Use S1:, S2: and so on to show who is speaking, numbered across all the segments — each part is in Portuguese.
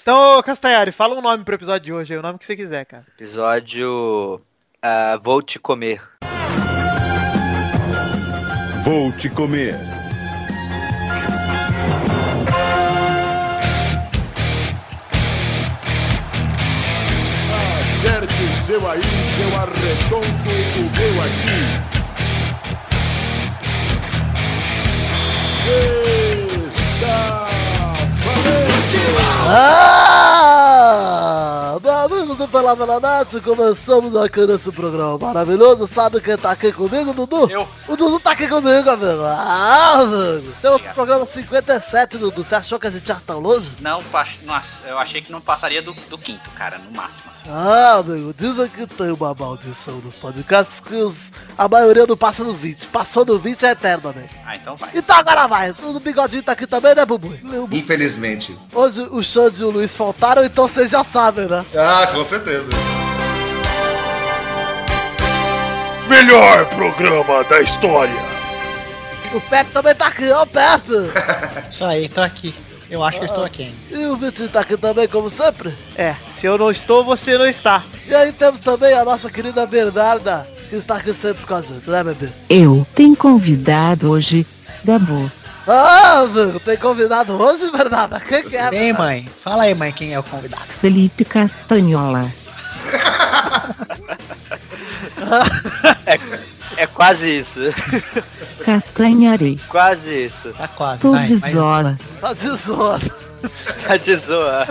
S1: Então, ô, Castanhari, fala um nome pro episódio de hoje aí, o nome que você quiser, cara.
S2: Episódio. ah, vou te comer.
S3: Vou te comer.
S4: Acerte o seu aí, que eu arredondo o meu aqui. Está valente!
S5: Ah! Meu amigo do Pelada na Net, começamos aqui nesse programa maravilhoso. Sabe quem tá aqui comigo, Dudu?
S1: Eu.
S5: O Dudu tá aqui comigo, amigo. Ah, amigo. Seu outro programa 57, Dudu. Você achou que a gente já tá longe?
S6: Não, faz- não ach- eu achei que não passaria do, do quinto, cara, no máximo. assim.
S5: Ah, amigo, dizem que tem uma maldição nos podcasts que os- a maioria não passa do 20. Passou do 20 é eterno, amigo.
S6: Ah, então vai.
S5: Então agora vai. O bigodinho tá aqui também, né, Bubu?
S7: Infelizmente.
S5: Hoje o Xande e o Luiz faltaram, então vocês já sabem, né?
S7: Ah, com certeza.
S3: Melhor programa da história.
S5: O Pepe também tá aqui, ó Pepe!
S8: Isso aí, tô aqui. Eu acho que eu estou aqui. ainda.
S5: E o Vitinho tá aqui também, como sempre.
S1: É, se eu não estou, você não está.
S5: E aí temos também a nossa querida Bernarda, que está aqui sempre com a gente, né, bebê?
S9: Eu tem convidado hoje, Gabu.
S5: Ah, mano, tem convidado hoje, Bernarda? Quem que é?
S8: Bem, mãe, fala aí, mãe, quem é o convidado.
S9: Felipe Castanhola.
S2: É quase isso.
S9: Castanhari.
S2: Quase isso.
S8: Tá quase, vai, vai.
S9: Tudizola.
S5: Tá de zoa.
S2: Tá de zoa.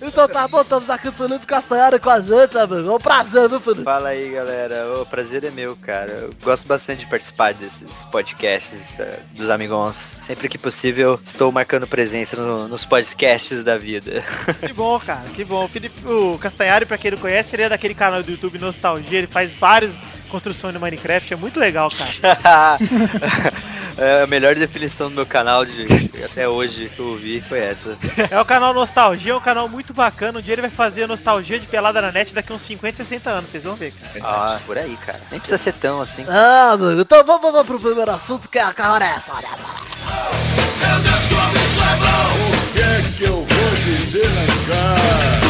S5: Então tá bom, estamos aqui o Felipe Castanhari com a gente, amigo. É um prazer, viu, Felipe?
S2: Fala aí, galera. O prazer é meu, cara. Eu gosto bastante de participar desses podcasts da- dos amigões. Sempre que possível, estou marcando presença no- nos podcasts da vida.
S1: Que bom, cara, que bom. O, Felipe, o Castanhari, pra quem não conhece, ele é daquele canal do YouTube Nostalgia, ele faz várias construções no Minecraft, é muito legal, cara.
S2: É, a melhor definição do meu canal de até hoje que eu ouvi foi essa.
S1: É o canal Nostalgia, é um canal muito bacana, onde ele vai fazer a nostalgia de pelada na net daqui uns 50, 60 anos, vocês vão ver, cara.
S2: Ah, por aí, cara. Nem precisa ser tão assim.
S5: Ah, amigo, então vamos, vamos pro primeiro assunto, que é a que hora é essa, olha.
S4: O que é que eu vou dizer na cara?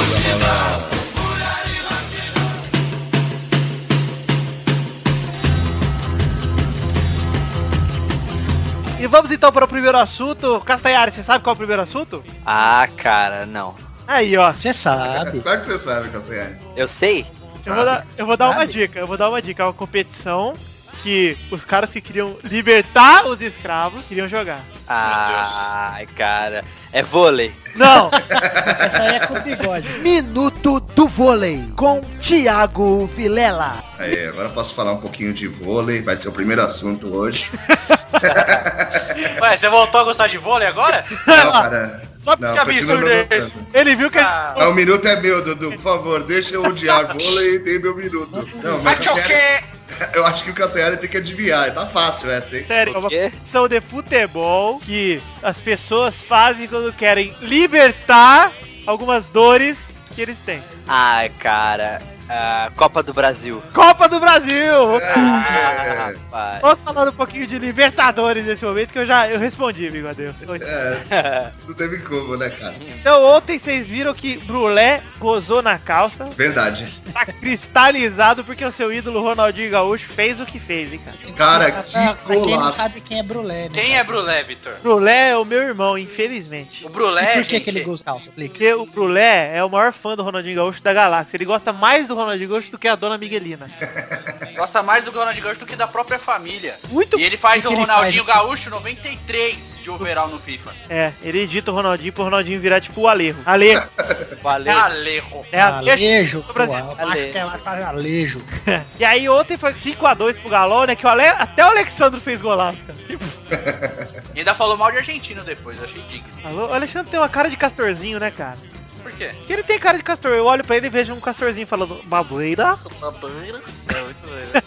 S1: E vamos então para o primeiro assunto. Castanhari, você sabe qual é o primeiro assunto?
S2: Ah, cara, não.
S1: Aí, ó.
S8: Você sabe.
S7: Claro que você sabe, Castanhari.
S2: Eu sei.
S1: Eu vou, dar, eu vou dar uma dica, eu vou dar uma dica. É uma competição que os caras que queriam libertar os escravos queriam jogar.
S2: Ai, cara. É vôlei.
S1: Não!
S8: Essa aí é com o bigode.
S5: Minuto do Vôlei, com Tiago Vilela.
S7: Aí, agora eu posso falar um pouquinho de vôlei, vai ser o primeiro assunto hoje.
S6: Ué, você voltou a gostar de vôlei agora?
S7: Não, cara.
S1: Só porque
S7: Não,
S1: a
S7: continua
S1: absurdo
S7: não
S1: é
S7: gostando.
S1: esse. Ele viu que ele...
S7: Ah, o minuto é meu, Dudu, por favor, deixa eu odiar vôlei e tem meu minuto. Não, mas Castanhari- eu acho que o Castanhari tem que adivinhar, tá fácil essa, hein?
S1: Sério, é uma
S2: O quê?
S1: competição de futebol que as pessoas fazem quando querem libertar algumas dores que eles têm.
S2: Ai, cara. Ah, Copa do Brasil.
S1: Copa do Brasil!
S2: Ah,
S7: É,
S2: rapaz.
S1: Vamos falar um pouquinho de Libertadores nesse momento que eu já eu respondi, amigo Adeus.
S7: é, não teve como, né, cara?
S1: Então ontem vocês viram que Brulé gozou na calça,
S7: Verdade.
S1: tá cristalizado porque o seu ídolo Ronaldinho Gaúcho fez o que fez, hein, cara.
S7: Cara, que
S8: pra, pra quem não
S7: golaço.
S8: sabe quem é Brulé, né?
S6: Quem é Brulé, Vitor?
S1: Brulé é o meu irmão, infelizmente.
S6: O
S8: E
S6: Brulé,
S8: por que
S6: gente,
S8: que ele gosta calça? Explica.
S1: Porque o Brulé é o maior fã do Ronaldinho Gaúcho da galáxia. Ele gosta mais do Ronaldinho Gaúcho do que a dona Miguelina.
S6: gosta mais do Ronald Gaúcho do que da própria família.
S1: Muito
S6: E ele faz
S8: que
S6: o
S8: que ele
S6: Ronaldinho Gaúcho 93 de overall no FIFA.
S1: É, ele edita o Ronaldinho pro Ronaldinho virar tipo o Alejo. Alejo.
S2: Valeu.
S6: Galerro.
S1: É Alejo.
S8: Alejo, pô,
S1: Brasil.
S8: eu acho que ela faz alejo.
S1: E aí ontem foi 5x2 pro Galol, né? Que o Ale... até o Alexandre fez golaço, cara. Tipo,
S6: E ainda falou mal de argentino depois, achei digno.
S1: o Alexandre tem uma cara de castorzinho, né, cara?
S6: Por quê?
S1: Porque ele tem cara de castor. Eu olho pra ele e vejo um castorzinho falando babeira.
S6: É muito doido.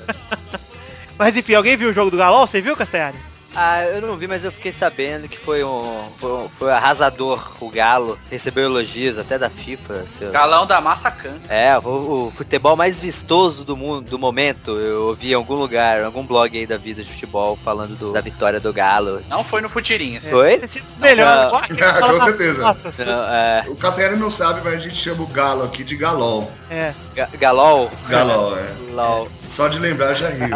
S1: Mas enfim, alguém viu o jogo do Galol? Você viu, Castanhari?
S2: Ah, eu não vi, mas eu fiquei sabendo que foi um, foi um- foi um arrasador o Galo. Recebeu elogios até da FIFA. seu-
S6: Galão da massa canta.
S2: É, o, o futebol mais vistoso do mundo, do momento. Eu ouvi em algum lugar, em algum blog aí da vida de futebol, falando do- da vitória do Galo.
S6: Não foi no Futirinhas.
S2: Foi?
S1: Esse melhor,
S2: pra-
S1: igual aquele que
S7: Com
S1: fala nas
S7: certeza.
S1: costas.
S2: Não, é,
S7: O Castanheira não sabe, mas a gente chama o galo aqui de galol.
S1: É.
S2: Ga- Galol.
S7: Galol, é.
S2: Lol.
S7: Só de lembrar já rio.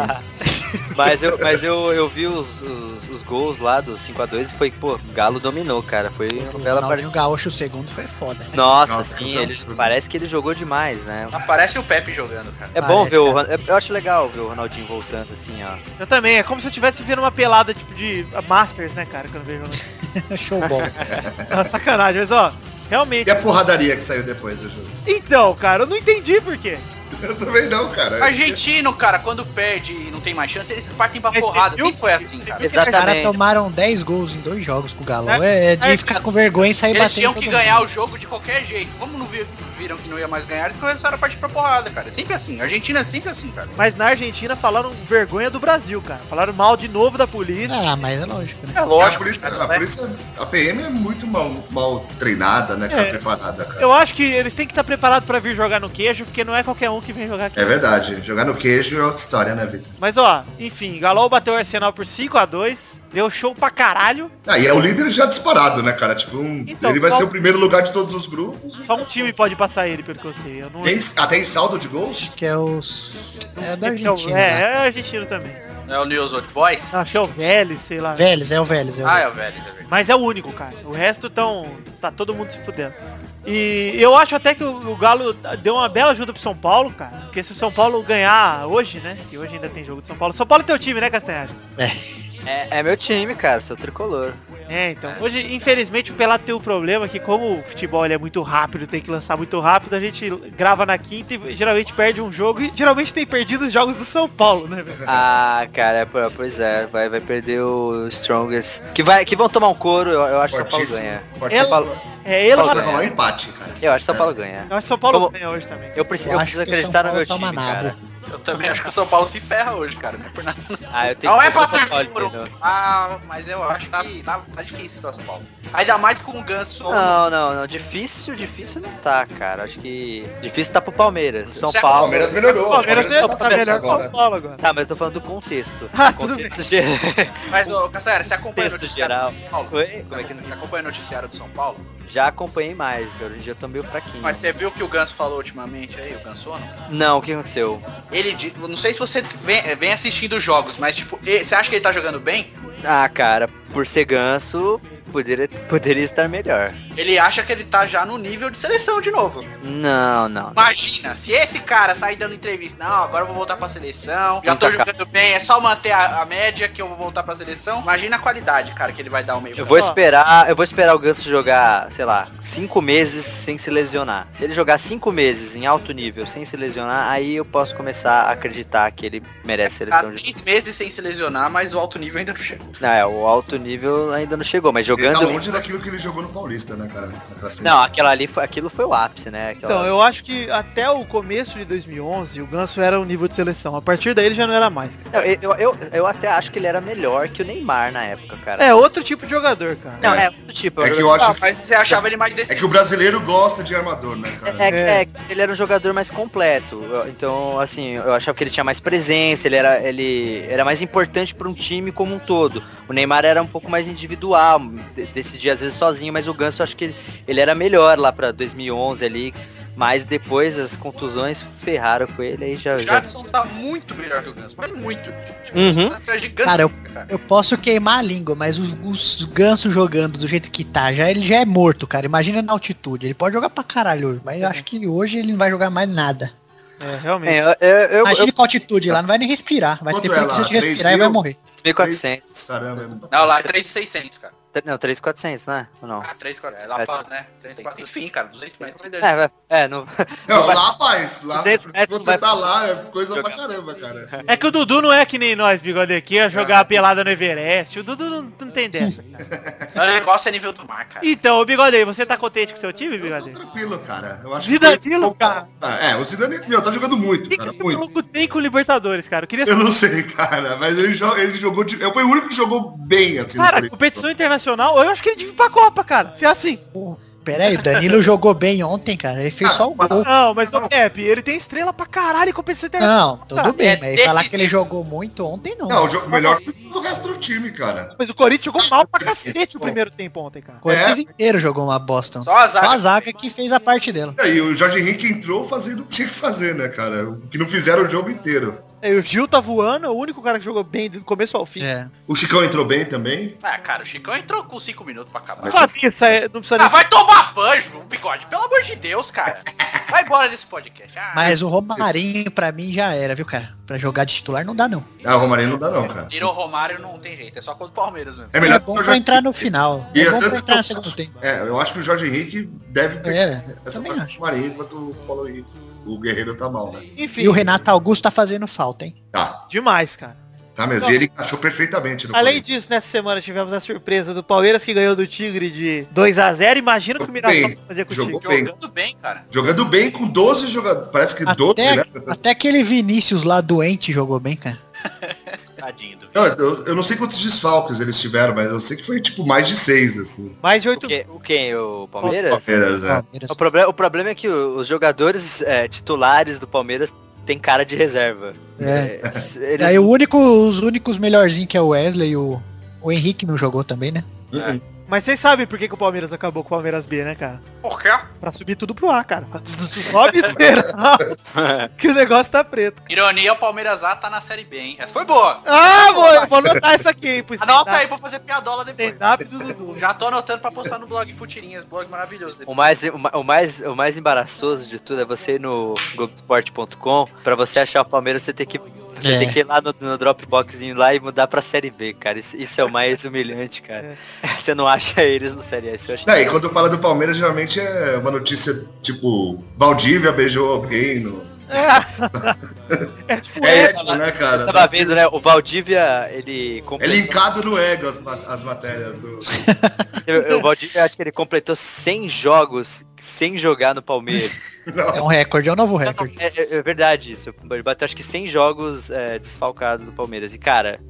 S2: Mas eu, mas eu, eu vi os, os, os gols lá do 5x2 e foi, pô, o Galo dominou, cara. Foi uma bela partida.
S8: Ronaldinho Gaúcho, o segundo, foi foda.
S2: Nossa,
S7: Nossa,
S2: sim,
S7: que
S2: ele,
S7: absurdo.
S2: parece que ele jogou demais, né?
S6: Mas parece o Pepe jogando, cara.
S2: É bom ver o. Ron- é- Eu acho legal ver o Ronaldinho voltando assim, ó.
S1: Eu também, é como se eu estivesse vendo uma pelada tipo de Masters, né, cara, que eu não vejo. não.
S8: Showball.
S1: Ah, Sacanagem, mas ó, realmente.
S7: E a porradaria que saiu depois do jogo?
S1: Então, cara, eu não entendi por quê.
S7: Eu também não, cara. É,
S6: Argentino, cara, quando perde e não tem mais chance, eles partem pra
S1: Mas você
S6: porrada.
S1: viu
S6: Sempre foi
S1: que-
S6: assim,
S1: você
S6: cara.
S1: viu
S6: Eles
S1: que a
S8: Os caras
S2: Exatamente.
S8: tomaram 10 gols em dois jogos com o Galão. É, é de
S1: é-
S8: ficar com vergonha e sair batendo.
S6: tinham que
S8: todo
S6: ganhar
S8: mundo.
S6: o jogo de qualquer jeito. Como não vi- viram que não ia mais ganhar, eles começaram a partir pra porrada, cara. Sempre assim. A Argentina é sempre assim, cara.
S1: Mas na Argentina falaram vergonha do Brasil, cara. Falaram mal de novo da polícia.
S8: Ah, mas é lógico, né?
S1: É
S7: Lógico,
S1: lógico.
S7: a polícia,
S1: cara,
S7: a,
S1: né?
S7: polícia, a PM é muito mal, mal treinada, né? Cara,
S1: É.
S7: preparada, cara.
S1: Eu acho que eles têm que estar preparados pra vir jogar no queijo, porque não é qualquer um que vem jogar aqui.
S7: É verdade. Jogar no queijo é outra história, né, Vitor?
S1: Mas ó, enfim, Galol bateu o Arsenal por 5 a 2 deu show pra caralho.
S7: Ah, e é o líder já disparado, né, cara? Tipo, um-
S1: Então,
S7: ele vai
S1: só-
S7: ser o primeiro lugar de todos os grupos.
S1: Só um time pode passar ele, pelo que eu sei. Eu não...
S7: Tem, ah, tem saldo de gols?
S8: Acho que é os. É da
S1: É,
S8: Argentina. né?
S1: é argentino também.
S6: Não é o News Old Boys?
S1: Não, acho que é o Vélez, sei lá.
S8: Vélez, é o Vélez. É o
S6: Ah,
S8: Vélez.
S6: é o velho, é verdade.
S1: Mas é o único, cara. O resto tão. tá todo mundo se fudendo. E eu acho até que o o Galo deu uma bela ajuda pro São Paulo, cara. Porque se o São Paulo ganhar hoje, né? Que hoje ainda tem jogo de São Paulo. São Paulo é teu time, né, Castanhari?
S2: É, é meu time, cara, seu tricolor.
S1: É, então. Hoje, infelizmente, o Pelado tem o problema que como o futebol ele é muito rápido, tem que lançar muito rápido, a gente grava na quinta e geralmente perde um jogo. E geralmente tem perdido os jogos do São Paulo, né, velho?
S2: Ah, cara, pô, pois é, vai, vai perder o Strongest. Que, vai, que vão tomar um couro, eu, eu acho que São Paulo
S7: Fortíssimo.
S2: ganha.
S7: Fortíssimo.
S1: É Paulo- É ele
S7: Paulo
S1: ou
S7: vai rolar
S1: não?
S7: um empate, cara.
S2: Eu acho que São Paulo ganha.
S1: Eu acho que São Paulo
S2: Como-
S1: ganha hoje também.
S2: Eu preciso,
S8: Eu
S2: eu
S8: acho
S2: preciso
S8: que o São
S2: acreditar no
S8: Paulo
S2: meu
S8: toma
S2: time,
S8: nabo.
S2: cara.
S6: Eu também acho que o São Paulo se ferra hoje, cara. Não é por nada.
S2: Ah, eu tenho
S6: Não
S2: que
S6: é pra
S2: torcer pro
S6: perder
S2: São Paulo,
S6: por um.
S2: entendeu?
S6: Ah, mas eu acho que tá, tá difícil o São Paulo. Ainda mais com o Ganso.
S2: Não, não, não. Difícil, difícil não tá, cara. Acho que difícil tá pro Palmeiras. São
S6: Certo,
S2: Paulo.
S7: Palmeiras melhorou.
S1: O Palmeiras
S7: Palmeiras
S1: tá
S7: tá certo
S1: melhor que o
S7: agora.
S1: São Paulo agora.
S2: Tá, mas eu tô falando do contexto.
S1: Ah, tudo bem.
S2: contexto ge-
S6: Mas, ô, Castanheira, você acompanha o
S2: contexto
S6: noticiário
S2: geral.
S6: do São Paulo?
S2: Oi? Como é que
S6: Você acompanha o noticiário do São Paulo?
S2: Já acompanhei mais, cara. Hoje em dia eu tô meio fraquinho.
S6: Mas você viu o que o Ganso falou ultimamente aí, o Gansono?
S2: Não, o que aconteceu?
S6: Ele, di- eu não sei se você vem, vem assistindo os jogos, mas tipo, e- você acha que ele tá jogando bem?
S2: Ah, cara, por ser ganso, poderia, poderia estar melhor.
S6: Ele acha que ele tá já no nível de seleção de novo.
S2: Não, não.
S6: Imagina, se esse cara sair dando entrevista, não, agora eu vou voltar pra seleção, já tô
S2: Então, cara.
S6: jogando bem, é só manter a, a média que eu vou voltar pra seleção. Imagina a qualidade, cara, que ele vai dar ao meio. Tá
S2: Eu vou
S1: Ó.
S2: esperar, eu vou esperar o Ganso jogar, sei lá, cinco meses sem se lesionar. Se ele jogar cinco meses em alto nível sem se lesionar, aí eu posso começar a acreditar que ele merece
S6: Tá
S2: seleção de.
S6: três meses sem se lesionar, mas o alto nível ainda não chegou.
S2: Não, é, o alto nível ainda não chegou, mas
S7: Ele tá
S2: jogando.
S7: longe daquilo que ele jogou no Paulista, né, cara? Naquela frente.
S2: Não, aquela ali foi, aquilo foi o ápice, né? Aquela-
S1: Então, eu acho que até o começo de 2011, o Ganso era um nível de seleção. A partir daí ele já não era mais. cara.
S2: Não, eu, eu, eu- eu até acho que ele era melhor que o Neymar na época, cara.
S1: É outro tipo de jogador, cara.
S2: Não, é outro tipo.
S7: É que eu acho que,
S6: Ah, Mas você achava ele mais
S7: é
S6: decente.
S7: que o brasileiro gosta de armador, né, cara?
S2: É, que- é que ele era um jogador mais completo. Eu- Então, assim, eu achava que ele tinha mais presença, ele era, ele era mais importante para um time como um todo. O Neymar era um pouco mais individual, de- decidia às vezes sozinho, mas o Ganso eu acho que ele, ele era melhor lá para 2011 ali. Mas depois as contusões ferraram com ele aí já.
S6: O
S2: já...
S6: Jadson tá muito melhor que o Ganso, mas muito. Tipo,
S2: Uhum.
S6: distância
S8: Cara, eu-
S6: gigantesca, cara.
S8: Eu posso queimar a língua, mas os, os gansos jogando do jeito que tá, já, ele já é morto, cara. Imagina na altitude. Ele pode jogar pra caralho hoje, mas eu acho que hoje ele não vai jogar mais nada.
S1: É, realmente.
S2: É, eu, eu, eu,
S8: Imagina com altitude lá, não vai nem respirar. Vai
S7: Quanto
S8: ter
S7: é lá?
S8: preguiça de respirar
S7: 3
S8: e vai
S7: mil?
S8: morrer.
S2: 1400.
S7: Caramba, é muito-
S6: Não, lá é 3,600, cara.
S2: Tre- Não, 3,400, né? Ou não?
S6: Ah, 3, 4, é, La Paz, né? 3, 4, enfim, cara, 200 metros. vai dar.
S2: É, vai- é, não,
S7: Não,
S2: vai-
S7: lá, rapaz, lá,
S2: 200
S7: porque
S2: metros
S7: você
S2: vai-
S7: tá lá, é coisa pra caramba, cara.
S1: É que o Dudu não é que nem nós, bigode aqui, a jogar a pelada no Everest. O Dudu não, não tem dessa. cara.
S6: O negócio é nível do mar, cara.
S1: Então, ô, bigode aí, você tá contente com seu time,
S7: Eu tô
S1: bigode?
S7: tranquilo, cara. Eu acho
S1: Zidanilo,
S7: que-
S1: cara.
S7: Ah, É, o Zidane, meu, tá jogando muito,
S1: O que, que
S7: cara,
S1: esse
S7: muito.
S1: maluco tem com o Libertadores, cara? Eu queria
S7: Eu
S1: saber.
S7: não sei, cara, mas ele, jo- ele jogou de... Eu fui o único que jogou bem, assim. no
S1: Cara,
S7: Corinthians.
S1: competição internacional, eu acho que ele devia ir pra Copa, cara. Se é assim.
S8: Pera aí, o Danilo jogou bem ontem, cara. Ele fez só um gol.
S1: Não, mas o Pepe, ele tem estrela pra caralho em competição internacional.
S8: Não, tudo bem, mas
S6: É
S8: falar que ele
S6: decisivo.
S8: jogou muito ontem,
S1: é
S8: não.
S7: Não, o jogo melhor que o resto do time, cara.
S1: Mas o Corinthians jogou mal pra cacete o primeiro tempo ontem, cara.
S8: O Corinthians inteiro jogou uma bosta. Só
S6: Só a
S8: a
S6: zaga.
S8: zaga que fez a parte dela.
S7: E aí, o Jorge Henrique entrou fazendo o que tinha que fazer, né, cara? O que não fizeram o jogo inteiro.
S1: É, o Gil tá voando, é o único cara que jogou bem do começo ao fim.
S8: É.
S7: O Chicão entrou bem também.
S6: Ah, cara, o Chicão entrou com 5 minutos pra acabar.
S1: Sabia, isso aí, não precisa
S6: Ah,
S1: nem...
S6: vai tomar banho, bigode, pelo amor de Deus, cara. Vai embora desse podcast. Ah,
S8: Mas o Romarinho pra mim já era, viu, cara? Pra jogar de titular não dá, não.
S7: Ah, o Romarinho não dá não, cara.
S6: Tirou o é, Romário, não tem jeito, é só contra o Palmeiras mesmo.
S7: É
S8: É
S7: melhor
S8: bom
S7: que o
S8: pra
S7: Jorge
S8: entrar no final.
S7: E
S8: É
S7: é
S8: bom pra
S7: tanto-
S8: entrar no segundo tempo.
S7: É, eu acho que o Jorge Henrique deve pegar
S8: É,
S7: essa
S8: também
S7: parte
S8: acho.
S7: do Marinho enquanto o Paulo Henrique. O Guerreiro tá mal, né?
S1: Enfim,
S8: E o Renato Augusto tá fazendo falta, hein?
S7: Tá,
S1: demais, cara.
S7: tá mesmo. E ele achou perfeitamente no
S1: Além
S7: Corinthians.
S1: disso, nessa semana tivemos a surpresa do Palmeiras que ganhou do Tigre de 2 a 0 Imagina o que o Mirassol
S7: Bem,
S1: vai fazer com o
S7: jogou
S1: Tigre.
S7: bem.
S6: Jogando bem, cara.
S7: Jogando bem com 12 jogadores. Parece que 12,
S8: Até,
S7: né?
S8: até aquele Vinícius lá doente jogou bem, cara.
S6: Tadinho do
S7: Não, eu, eu não sei quantos desfalques eles tiveram, mas eu sei que foi tipo mais de 6, assim.
S1: Mais de
S2: O
S1: 8
S2: que- o quem? O Palmeiras?
S7: Palmeiras, é.
S8: Palmeiras.
S2: O, proble- o problema é que o- os jogadores é, titulares do Palmeiras têm cara de reserva.
S8: É.
S2: É, eles-
S8: Aí o único, os únicos melhorzinhos que é o Wesley e o, o Henrique não jogou também, né?
S1: Mas vocês sabem por que, que o Palmeiras acabou com o Palmeiras B, né, cara?
S6: Por quê?
S1: Pra subir tudo pro A, cara. Sobe inteiro. que o negócio tá preto.
S6: Ironia, o Palmeiras A tá na Série B, hein? Essa foi boa.
S1: Ah, vou, eu vou anotar isso aqui, hein, pro
S6: Anota aí pra fazer piadola depois.
S1: stand-up do Dudu.
S6: Já tô anotando pra postar no blog Futirinhas, blog maravilhoso.
S2: O mais, o, ma- o mais, o mais embaraçoso de tudo é você ir no Globoesporte.com, pra você achar o Palmeiras, você tem que, você
S8: É.
S2: tem que ir lá no, no Dropboxzinho lá e mudar pra Série B, cara. Isso, isso é o mais humilhante, cara. Você não acha eles no Série A. Isso eu acho
S7: Daí, É, quando fala do Palmeiras, geralmente é uma notícia tipo, Valdívia beijou alguém. No...
S1: É tipo
S7: É
S1: essa.
S7: ético, né,
S2: Eu
S7: cara?
S2: tava vendo, né? O Valdívia, ele
S7: É
S2: completou.
S7: linkado no ego as, ma- as matérias do.
S2: eu- eu- O Valdívia, acho que ele completou 100 jogos sem jogar no Palmeiras.
S8: É um recorde, é um novo recorde.
S2: É, é- é verdade isso. Ele bateu acho que 100 jogos é, desfalcado do Palmeiras. E, cara,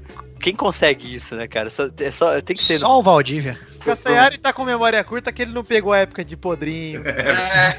S2: quem consegue isso, né, cara? Só, é só, tem que ser.
S8: Só o Valdívia.
S1: O Castanhari tá com memória curta que ele não pegou a época de podrinho.
S6: É.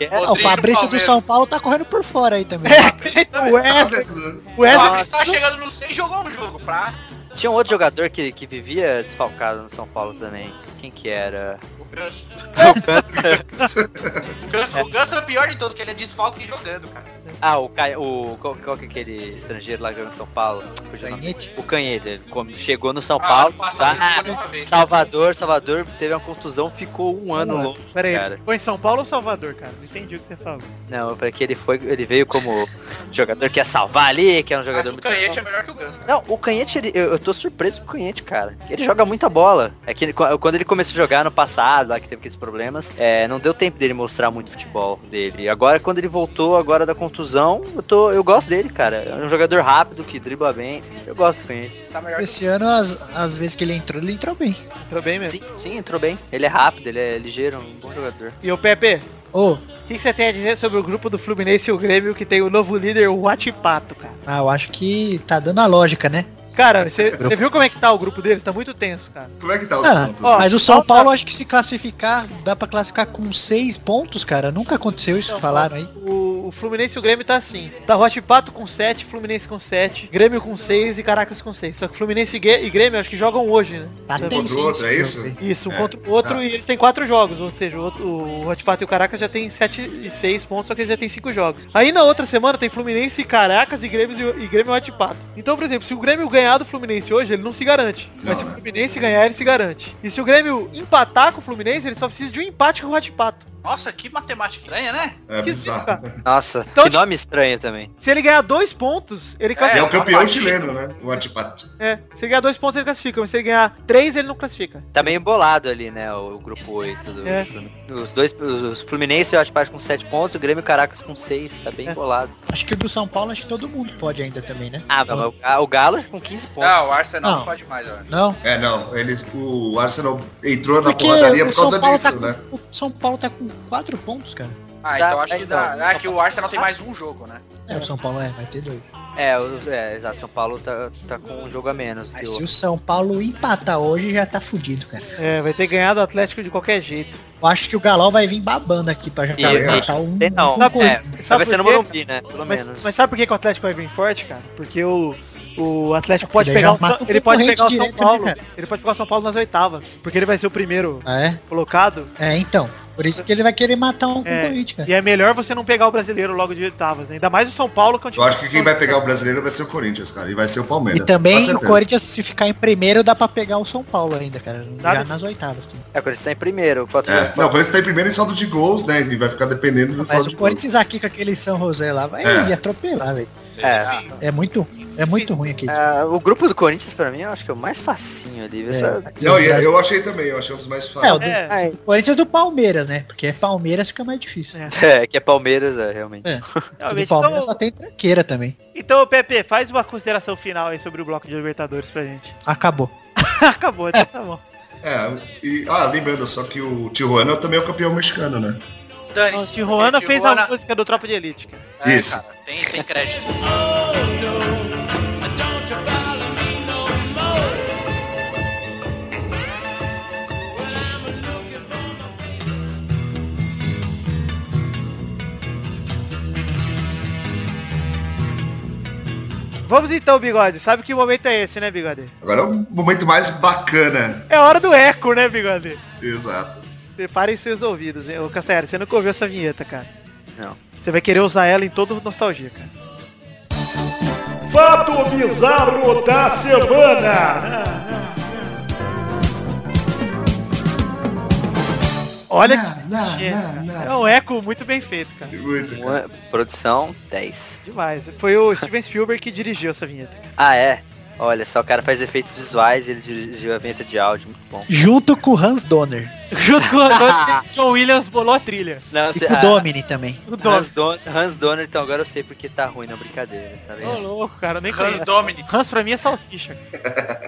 S2: É,
S8: Ah, o Fabrício do
S6: Palmeiras.
S8: São Paulo tá correndo por fora aí também.
S1: o
S8: É.
S1: Wesley, o
S6: O
S1: Wesley
S6: Palmeiras tá chegando no 6 jogou um jogo pra...
S2: Tinha um outro jogador que, que vivia desfalcado no São Paulo também. Quem que era?
S6: O Ganso. o Ganso. O Ganso é o pior de todos, que ele é desfalque jogando, cara.
S2: Ah, o, Ca... o qual, qual que é aquele estrangeiro lá que joga no São Paulo? Fugiu o nome.
S8: Canhete?
S2: O Canhete. Ele come- chegou no São
S6: Ah,
S2: Paulo,
S6: passado,
S2: tá?
S6: ele foi uma vez.
S2: Salvador, Salvador, teve uma contusão, ficou um ano longe.
S1: Pera aí,
S2: Cara.
S1: foi em São Paulo ou Salvador, cara? Não entendi o que você falou.
S2: Não, para que ele foi, ele veio como jogador que ia salvar ali, que era um
S6: Mas
S2: jogador
S6: o Canhete é melhor que o Ganso.
S2: Não, o Canhete, ele- eu, eu tô surpreso com o Canhete, cara. Ele joga muita bola. É que ele- quando ele começou a jogar no passado, lá que teve aqueles problemas, é, não deu tempo dele mostrar muito futebol dele. E agora, quando ele voltou agora da contusão, eu, tô, eu gosto dele, cara. É um jogador rápido, que dribla bem. Eu gosto do Canhete.
S6: Tá melhor que
S8: Esse ano, as, as vezes que ele entrou, ele entrou bem.
S1: Tô bem mesmo.
S2: Sim, sim, entrou bem. Ele é rápido, ele é ligeiro, um bom jogador.
S1: E o Pepe,
S8: Ô,
S1: o que que você tem a dizer sobre o grupo do Fluminense e o Grêmio que tem o novo líder, o Atipato, cara?
S8: ah, eu acho que tá dando a lógica, né?
S1: Cara, você você viu como é que tá o grupo deles? Tá muito tenso, cara.
S7: Como é que tá os
S8: Ah,
S7: pontos?
S1: ó,
S8: Mas o São Paulo, acho que se classificar, dá pra classificar com seis pontos, cara. Nunca aconteceu isso, falaram aí.
S1: O, o Fluminense e o Grêmio tá assim. Tá Rocha e Pato com 7, Fluminense com 7, Grêmio com 6 e Caracas com 6. Só que Fluminense e Gue- e Grêmio acho que jogam hoje, né?
S8: Tá
S1: Também.
S8: tenso
S7: Contra o outro,
S8: esse
S7: é
S8: jogo,
S7: isso?
S8: hein?
S1: Isso, um
S7: É,
S1: contra o outro
S7: tá.
S1: e eles têm quatro jogos, ou seja, o, outro, o Hot Pato e o Caracas já tem 7 e 6 pontos, só que eles já tem cinco jogos. Aí na outra semana tem Fluminense e Caracas e Grêmio e, e Grêmio e Hot Pato. Então, por exemplo, se o Grêmio ganhar do Fluminense hoje, ele não se garante.
S7: Não,
S1: mas se o
S7: né?
S1: Fluminense ganhar, ele se garante. E se o Grêmio empatar com o Fluminense, ele só precisa de um empate com o Hot Pato.
S6: Nossa, que matemática estranha, né?
S7: É
S1: Que
S7: bizarro.
S2: Nossa,
S1: Então,
S2: que
S1: de-
S2: nome estranho também.
S1: Se ele ganhar dois pontos, ele
S7: E é o
S1: classifica.
S7: campeão chileno, né? O Antipato.
S1: É, se ele ganhar dois pontos, ele classifica. Mas se ele ganhar três, ele não classifica.
S2: Tá meio bolado ali, né? O grupo 8 do
S1: É.
S2: Os dois, os os Fluminense e o Atipati com 7 pontos, o Grêmio e o Caracas com 6, tá bem
S1: É.
S2: bolado.
S5: Acho que o do São Paulo, acho que todo mundo pode ainda também, né?
S2: Ah, mas o Ga- o Galo com 15 pontos.
S6: Ah, o Arsenal
S5: Não.
S6: não pode mais, ó.
S5: Não?
S7: É, não. Eles, o Arsenal entrou na
S5: Porque
S7: porradaria por
S5: o São
S7: causa
S5: Paulo
S7: disso,
S5: tá com-
S7: né?
S5: O São Paulo tá com 4 pontos, cara.
S2: Tá,
S6: Ah, então acho que
S2: então.
S6: dá. Ah, que o Arsenal tem mais um jogo, né?
S5: É, o São Paulo é, vai ter dois.
S2: É, o- é, exato, São Paulo tá, tá com um jogo a menos.
S5: Mas
S2: que o-
S5: se o São Paulo empatar hoje, já tá fudido, cara.
S1: É, vai ter ganhado o Atlético de qualquer jeito.
S5: Eu acho que o Galol vai vir babando aqui pra já
S2: Também
S5: empatar um.
S2: Sei não.
S1: Sabe por-
S2: É,
S1: sabe
S2: vai ser no
S1: por quê?
S2: Morumbi, né? Pelo
S1: Mas,
S2: menos.
S1: mas sabe por que, que o Atlético vai vir forte, cara? Porque o, o Atlético
S5: Porque
S1: pode
S5: daí
S1: pegar,
S5: já
S1: o, São-
S5: mata o
S1: ele pode
S5: concorrente
S1: pegar o São
S5: direto, né,
S1: Paulo.
S5: cara?
S1: ele pode pegar o São Paulo nas oitavas. Porque ele vai ser o primeiro
S5: É?
S1: colocado.
S5: É, então. Por isso que ele vai querer matar um
S1: É,
S5: concorrente, cara.
S1: E é melhor você não pegar o brasileiro logo de oitavas. Ainda mais o São Paulo que é um
S7: Eu
S1: time-
S7: acho que quem vai pegar o brasileiro vai ser o Corinthians, cara. E vai ser o
S5: E
S7: Palmeiras. com
S5: também o
S7: certeza.
S5: Corinthians, se ficar em primeiro, dá pra pegar o São Paulo ainda, cara. Já
S1: Sabe?
S5: nas oitavas. também.
S2: É, o Corinthians tá em primeiro. Quatro
S7: É. Não, o Corinthians tá em primeiro em saldo de gols, né? E vai ficar dependendo do
S5: Mas
S7: saldo de
S5: o
S7: gols.
S5: Corinthians aqui com aquele São José lá vai
S7: É.
S5: me atropelar, velho.
S2: É.
S5: É muito, é muito ruim aqui.
S2: É, o grupo do Corinthians, pra mim, eu acho que é o mais facinho ali. viu? Só-
S7: Não, e eu achei também, eu achei um dos mais
S5: É, o
S7: fáceis.
S5: do
S1: É,
S2: Ai,
S5: Corinthians do Palmeiras, né? Porque é Palmeiras fica mais difícil.
S1: É.
S2: É, que é Palmeiras, é, realmente.
S5: O do
S1: realmente.
S5: Palmeiras só
S1: Então,
S5: tem tranqueira também.
S1: então, Pepe, faz uma consideração final aí sobre o bloco de Libertadores pra gente.
S5: Acabou.
S1: Acabou, então tá bom.
S7: É, e, ah, lembrando, só que o Tijuana também é o campeão mexicano, né?
S6: Dani,
S1: O Tijuana fez a música do Tropa de Elite, cara.
S6: É,
S7: Isso.
S6: cara, tem, tem crédito.
S1: Vamos então, Bigode. Sabe que momento é esse, né, Bigode?
S7: Agora é o momento mais bacana.
S1: É hora do eco, né, Bigode?
S7: Exato.
S1: Preparem seus ouvidos, hein? Ô, Castanheira, você nunca ouviu essa vinheta, cara.
S2: Não.
S1: Você vai querer usar ela em todo Nostalgia, cara.
S8: Fato bizarro da semana.
S1: Olha que...
S7: Não, não,
S1: É,
S7: não, não.
S1: É um eco muito bem feito, cara.
S7: Muito, cara.
S2: Uma- Um é produção 10.
S1: Demais. Foi o Steven Spielberg que dirigiu essa vinheta. cara.
S2: Ah, é? Olha só, o cara faz efeitos visuais, ele dirigiu a venta de áudio, muito bom.
S5: Junto com o Hans Donner.
S1: Junto com o Antônio, John Williams bolou a trilha.
S2: Não,
S5: E
S2: você-
S5: com o
S2: ah,
S5: Domini né? também.
S1: O Dom.
S2: Hans, Don Hans Donner, então agora eu sei porque tá ruim na brincadeira, tá
S1: Ô,
S2: vendo?
S1: louco, cara. Eu nem
S6: Hans
S1: conheço.
S6: Domini.
S1: Hans pra mim é salsicha.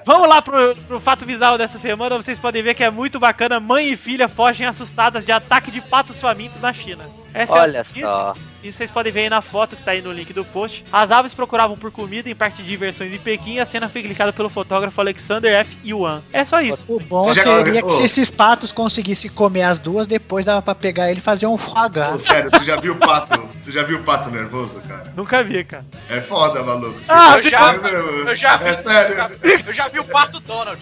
S1: Vamos lá pro, pro fato bizarro dessa semana. Vocês podem ver que é muito bacana. Mãe e filha fogem assustadas de ataque de patos famintos na China. Essa é a
S2: Olha
S1: notícia.
S2: só.
S1: E vocês podem ver aí na foto que tá aí no link do post. As aves procuravam por comida em parque de diversões em Pequim. E a cena foi clicada pelo fotógrafo Alexander F. Yuan. É só isso.
S5: O bom
S7: Você já-
S5: seria que
S7: Ô.
S5: se esses patos conseguissem comer as duas, depois dava pra pegar ele e fazer um
S7: Ô,
S5: fogar.
S7: sério, você já viu o pato? Você já viu o pato nervoso, cara?
S1: Nunca vi, cara.
S7: É foda, maluco. Você
S1: Ah,
S7: tá
S6: eu já-
S7: vendo?
S6: Eu já vi.
S7: É sério.
S6: Eu já vi o pato Donald.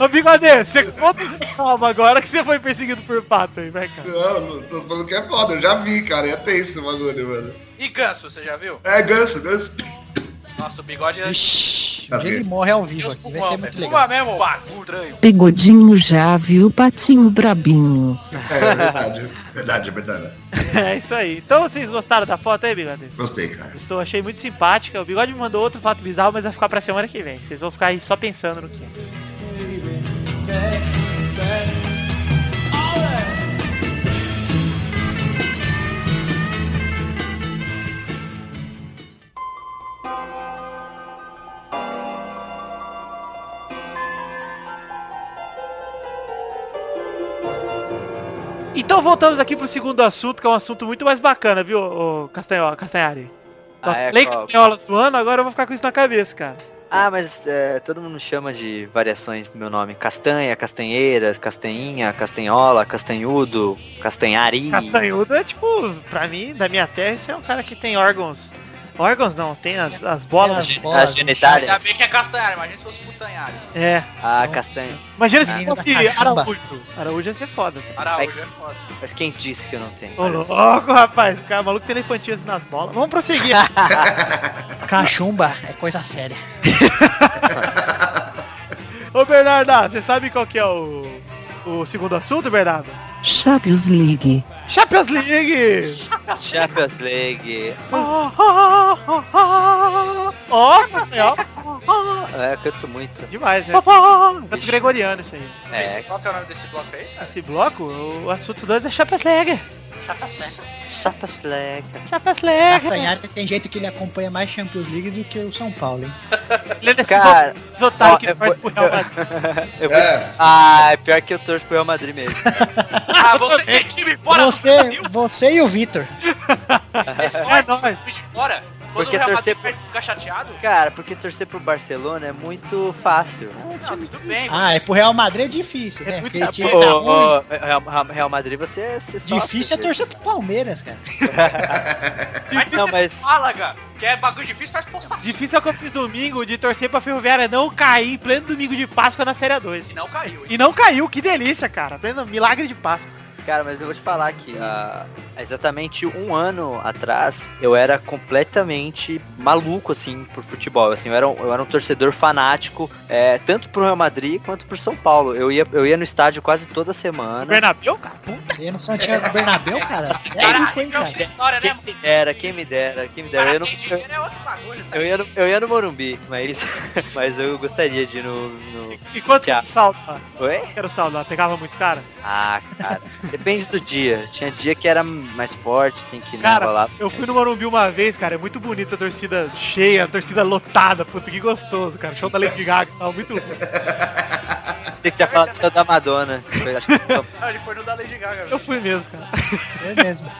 S1: Ô, Bigode, você conta essa calma agora que você foi perseguido por pato aí, vai, cara.
S7: Não, não, tô falando que é foda, eu já vi, cara. É tenso o bagulho, mano.
S6: E Ganso, você já viu?
S7: É ganso, ganso.
S6: Nossa, o bigode é
S5: Ixi,
S7: Tá
S5: ele
S7: certo.
S5: morre ao vivo
S6: Deus
S5: aqui, vai ser
S6: pulmão, velho.
S5: muito legal.
S6: Pulmão mesmo, bagulho estranho.
S9: Pegodinho já viu o patinho brabinho.
S7: É, é verdade. verdade, é verdade.
S1: É isso aí. Então vocês gostaram da foto aí, Bigode?
S7: Gostei, cara.
S1: Estou, achei muito simpática. O Bigode me mandou outro fato bizarro, mas vai ficar pra semana que vem. Vocês vão ficar aí só pensando no que é. Então voltamos aqui pro segundo assunto, que é um assunto muito mais bacana, viu, ô Castanho- Castanhari? Só
S2: Ah, é,
S1: falei
S2: qual?
S1: Castanhola zoando, agora eu vou ficar com isso na cabeça, cara.
S2: Ah, mas é, todo mundo chama de variações do meu nome. Castanha, castanheira, castanhinha, castanhola, castanhudo, castanhari.
S1: Castanhudo é tipo, pra mim, da minha terra, esse é um cara que tem órgãos. Órgãos não, tem as, as bolas.
S5: Tem
S2: As genitárias.
S6: Ainda bem que é castanhar, imagina se fosse putanhar.
S1: É.
S2: Ah, castanha.
S1: Imagina se
S5: Menino da
S1: fosse
S5: cachumba.
S1: Araújo. Araújo ia ser foda. cara.
S6: Araújo é foda.
S2: Mas quem disse que eu não tenho?
S1: Ô,
S2: Olha só.
S1: louco, rapaz. Cara, maluco tem elefantias nas bolas. Vamos prosseguir.
S5: Cachumba é coisa séria.
S1: Ô, Bernardo, você sabe qual que é o, o segundo assunto, Bernardo?
S9: Champions League.
S1: Champions League!
S2: Champions League.
S1: Ó, ó, ó, ó, ó, ó, ó,
S2: É, eu canto muito.
S1: demais, né? Canto
S2: Vixe.
S1: gregoriano isso aí.
S2: É,
S6: Qual que é o nome desse bloco aí? cara?
S1: Esse bloco, o assunto 2 é Champions League.
S2: Champions League.
S1: Champions League.
S8: Castanhari tem jeito que ele acompanha mais Champions League do que o São Paulo, hein?
S1: Ele é desses
S2: Cara,
S1: o- desses otários
S2: ó, é
S1: que
S2: eu
S1: torce pro
S2: vou-
S1: Real Madrid.
S2: Eu vou...
S7: É,
S2: Ah, é pior que eu torço pro Real Madrid mesmo.
S6: Ah, você tem time fora do
S8: Você, você e o Vitor.
S1: É nóis.
S6: time de fora? Quando
S2: Porque
S6: o Real
S2: torcer
S6: Madrid perde fica chateado?
S2: Cara, porque torcer pro Barcelona é muito fácil.
S6: Não, tudo bem.
S8: Ah, é pro Real Madrid é difícil, né?
S1: É muito
S8: Porque
S1: bom.
S8: time
S2: Ô,
S8: tá ruim.
S2: ô, é, Real, Real Madrid, você, você sofre,
S8: Difícil é
S2: gente.
S8: torcer pro Palmeiras, cara.
S6: Mas
S2: Não,
S6: você
S2: mas-
S6: fala, cara, que é bagulho difícil, faz forçar.
S1: Difícil é o que eu fiz domingo de torcer pra Ferroviária não cair em pleno domingo de Páscoa na Série A2.
S6: E não caiu, hein?
S1: E não caiu, que delícia, cara. Pleno milagre de Páscoa.
S2: Cara, mas eu vou te falar que há exatamente um ano atrás eu era completamente maluco, assim, por futebol. Assim, eu, era um, eu era um torcedor fanático, é, tanto pro Real Madrid quanto pro São Paulo. Eu ia, eu ia no estádio quase toda semana.
S1: Bernabéu, cara, puta
S8: Eu não sou Santiago do Bernabéu, cara. É rico, hein,
S6: Caralho, essa
S8: cara.
S6: história, né,
S2: Quem
S6: mano?
S2: me dera, quem me dera, quem me dera. Eu,
S6: Cara,
S2: não,
S6: quem
S2: eu,
S6: dinheiro é outro bagulho, tá?
S2: eu ia, no, eu ia no Morumbi, mas, mas eu gostaria de ir no... no...
S1: E quanto que era o saldo lá?
S2: Oi?
S1: Quanto que Era o saldo lá? Pegava muitos caras?
S2: Ah, cara. Depende do dia. Tinha dia que era mais forte, assim, que
S1: Cara,
S2: não rolava.
S1: Eu fui no Morumbi uma vez, cara, é muito bonita a torcida cheia, a torcida lotada, puta, que gostoso, cara. Show da Lady Gaga e tal, muito louco.
S2: Tem que ter falado só da Madonna. Eu acho que foi
S6: Ah, Ele foi no da Lady Gaga,
S1: Eu
S6: velho.
S1: fui mesmo, cara.
S8: É mesmo.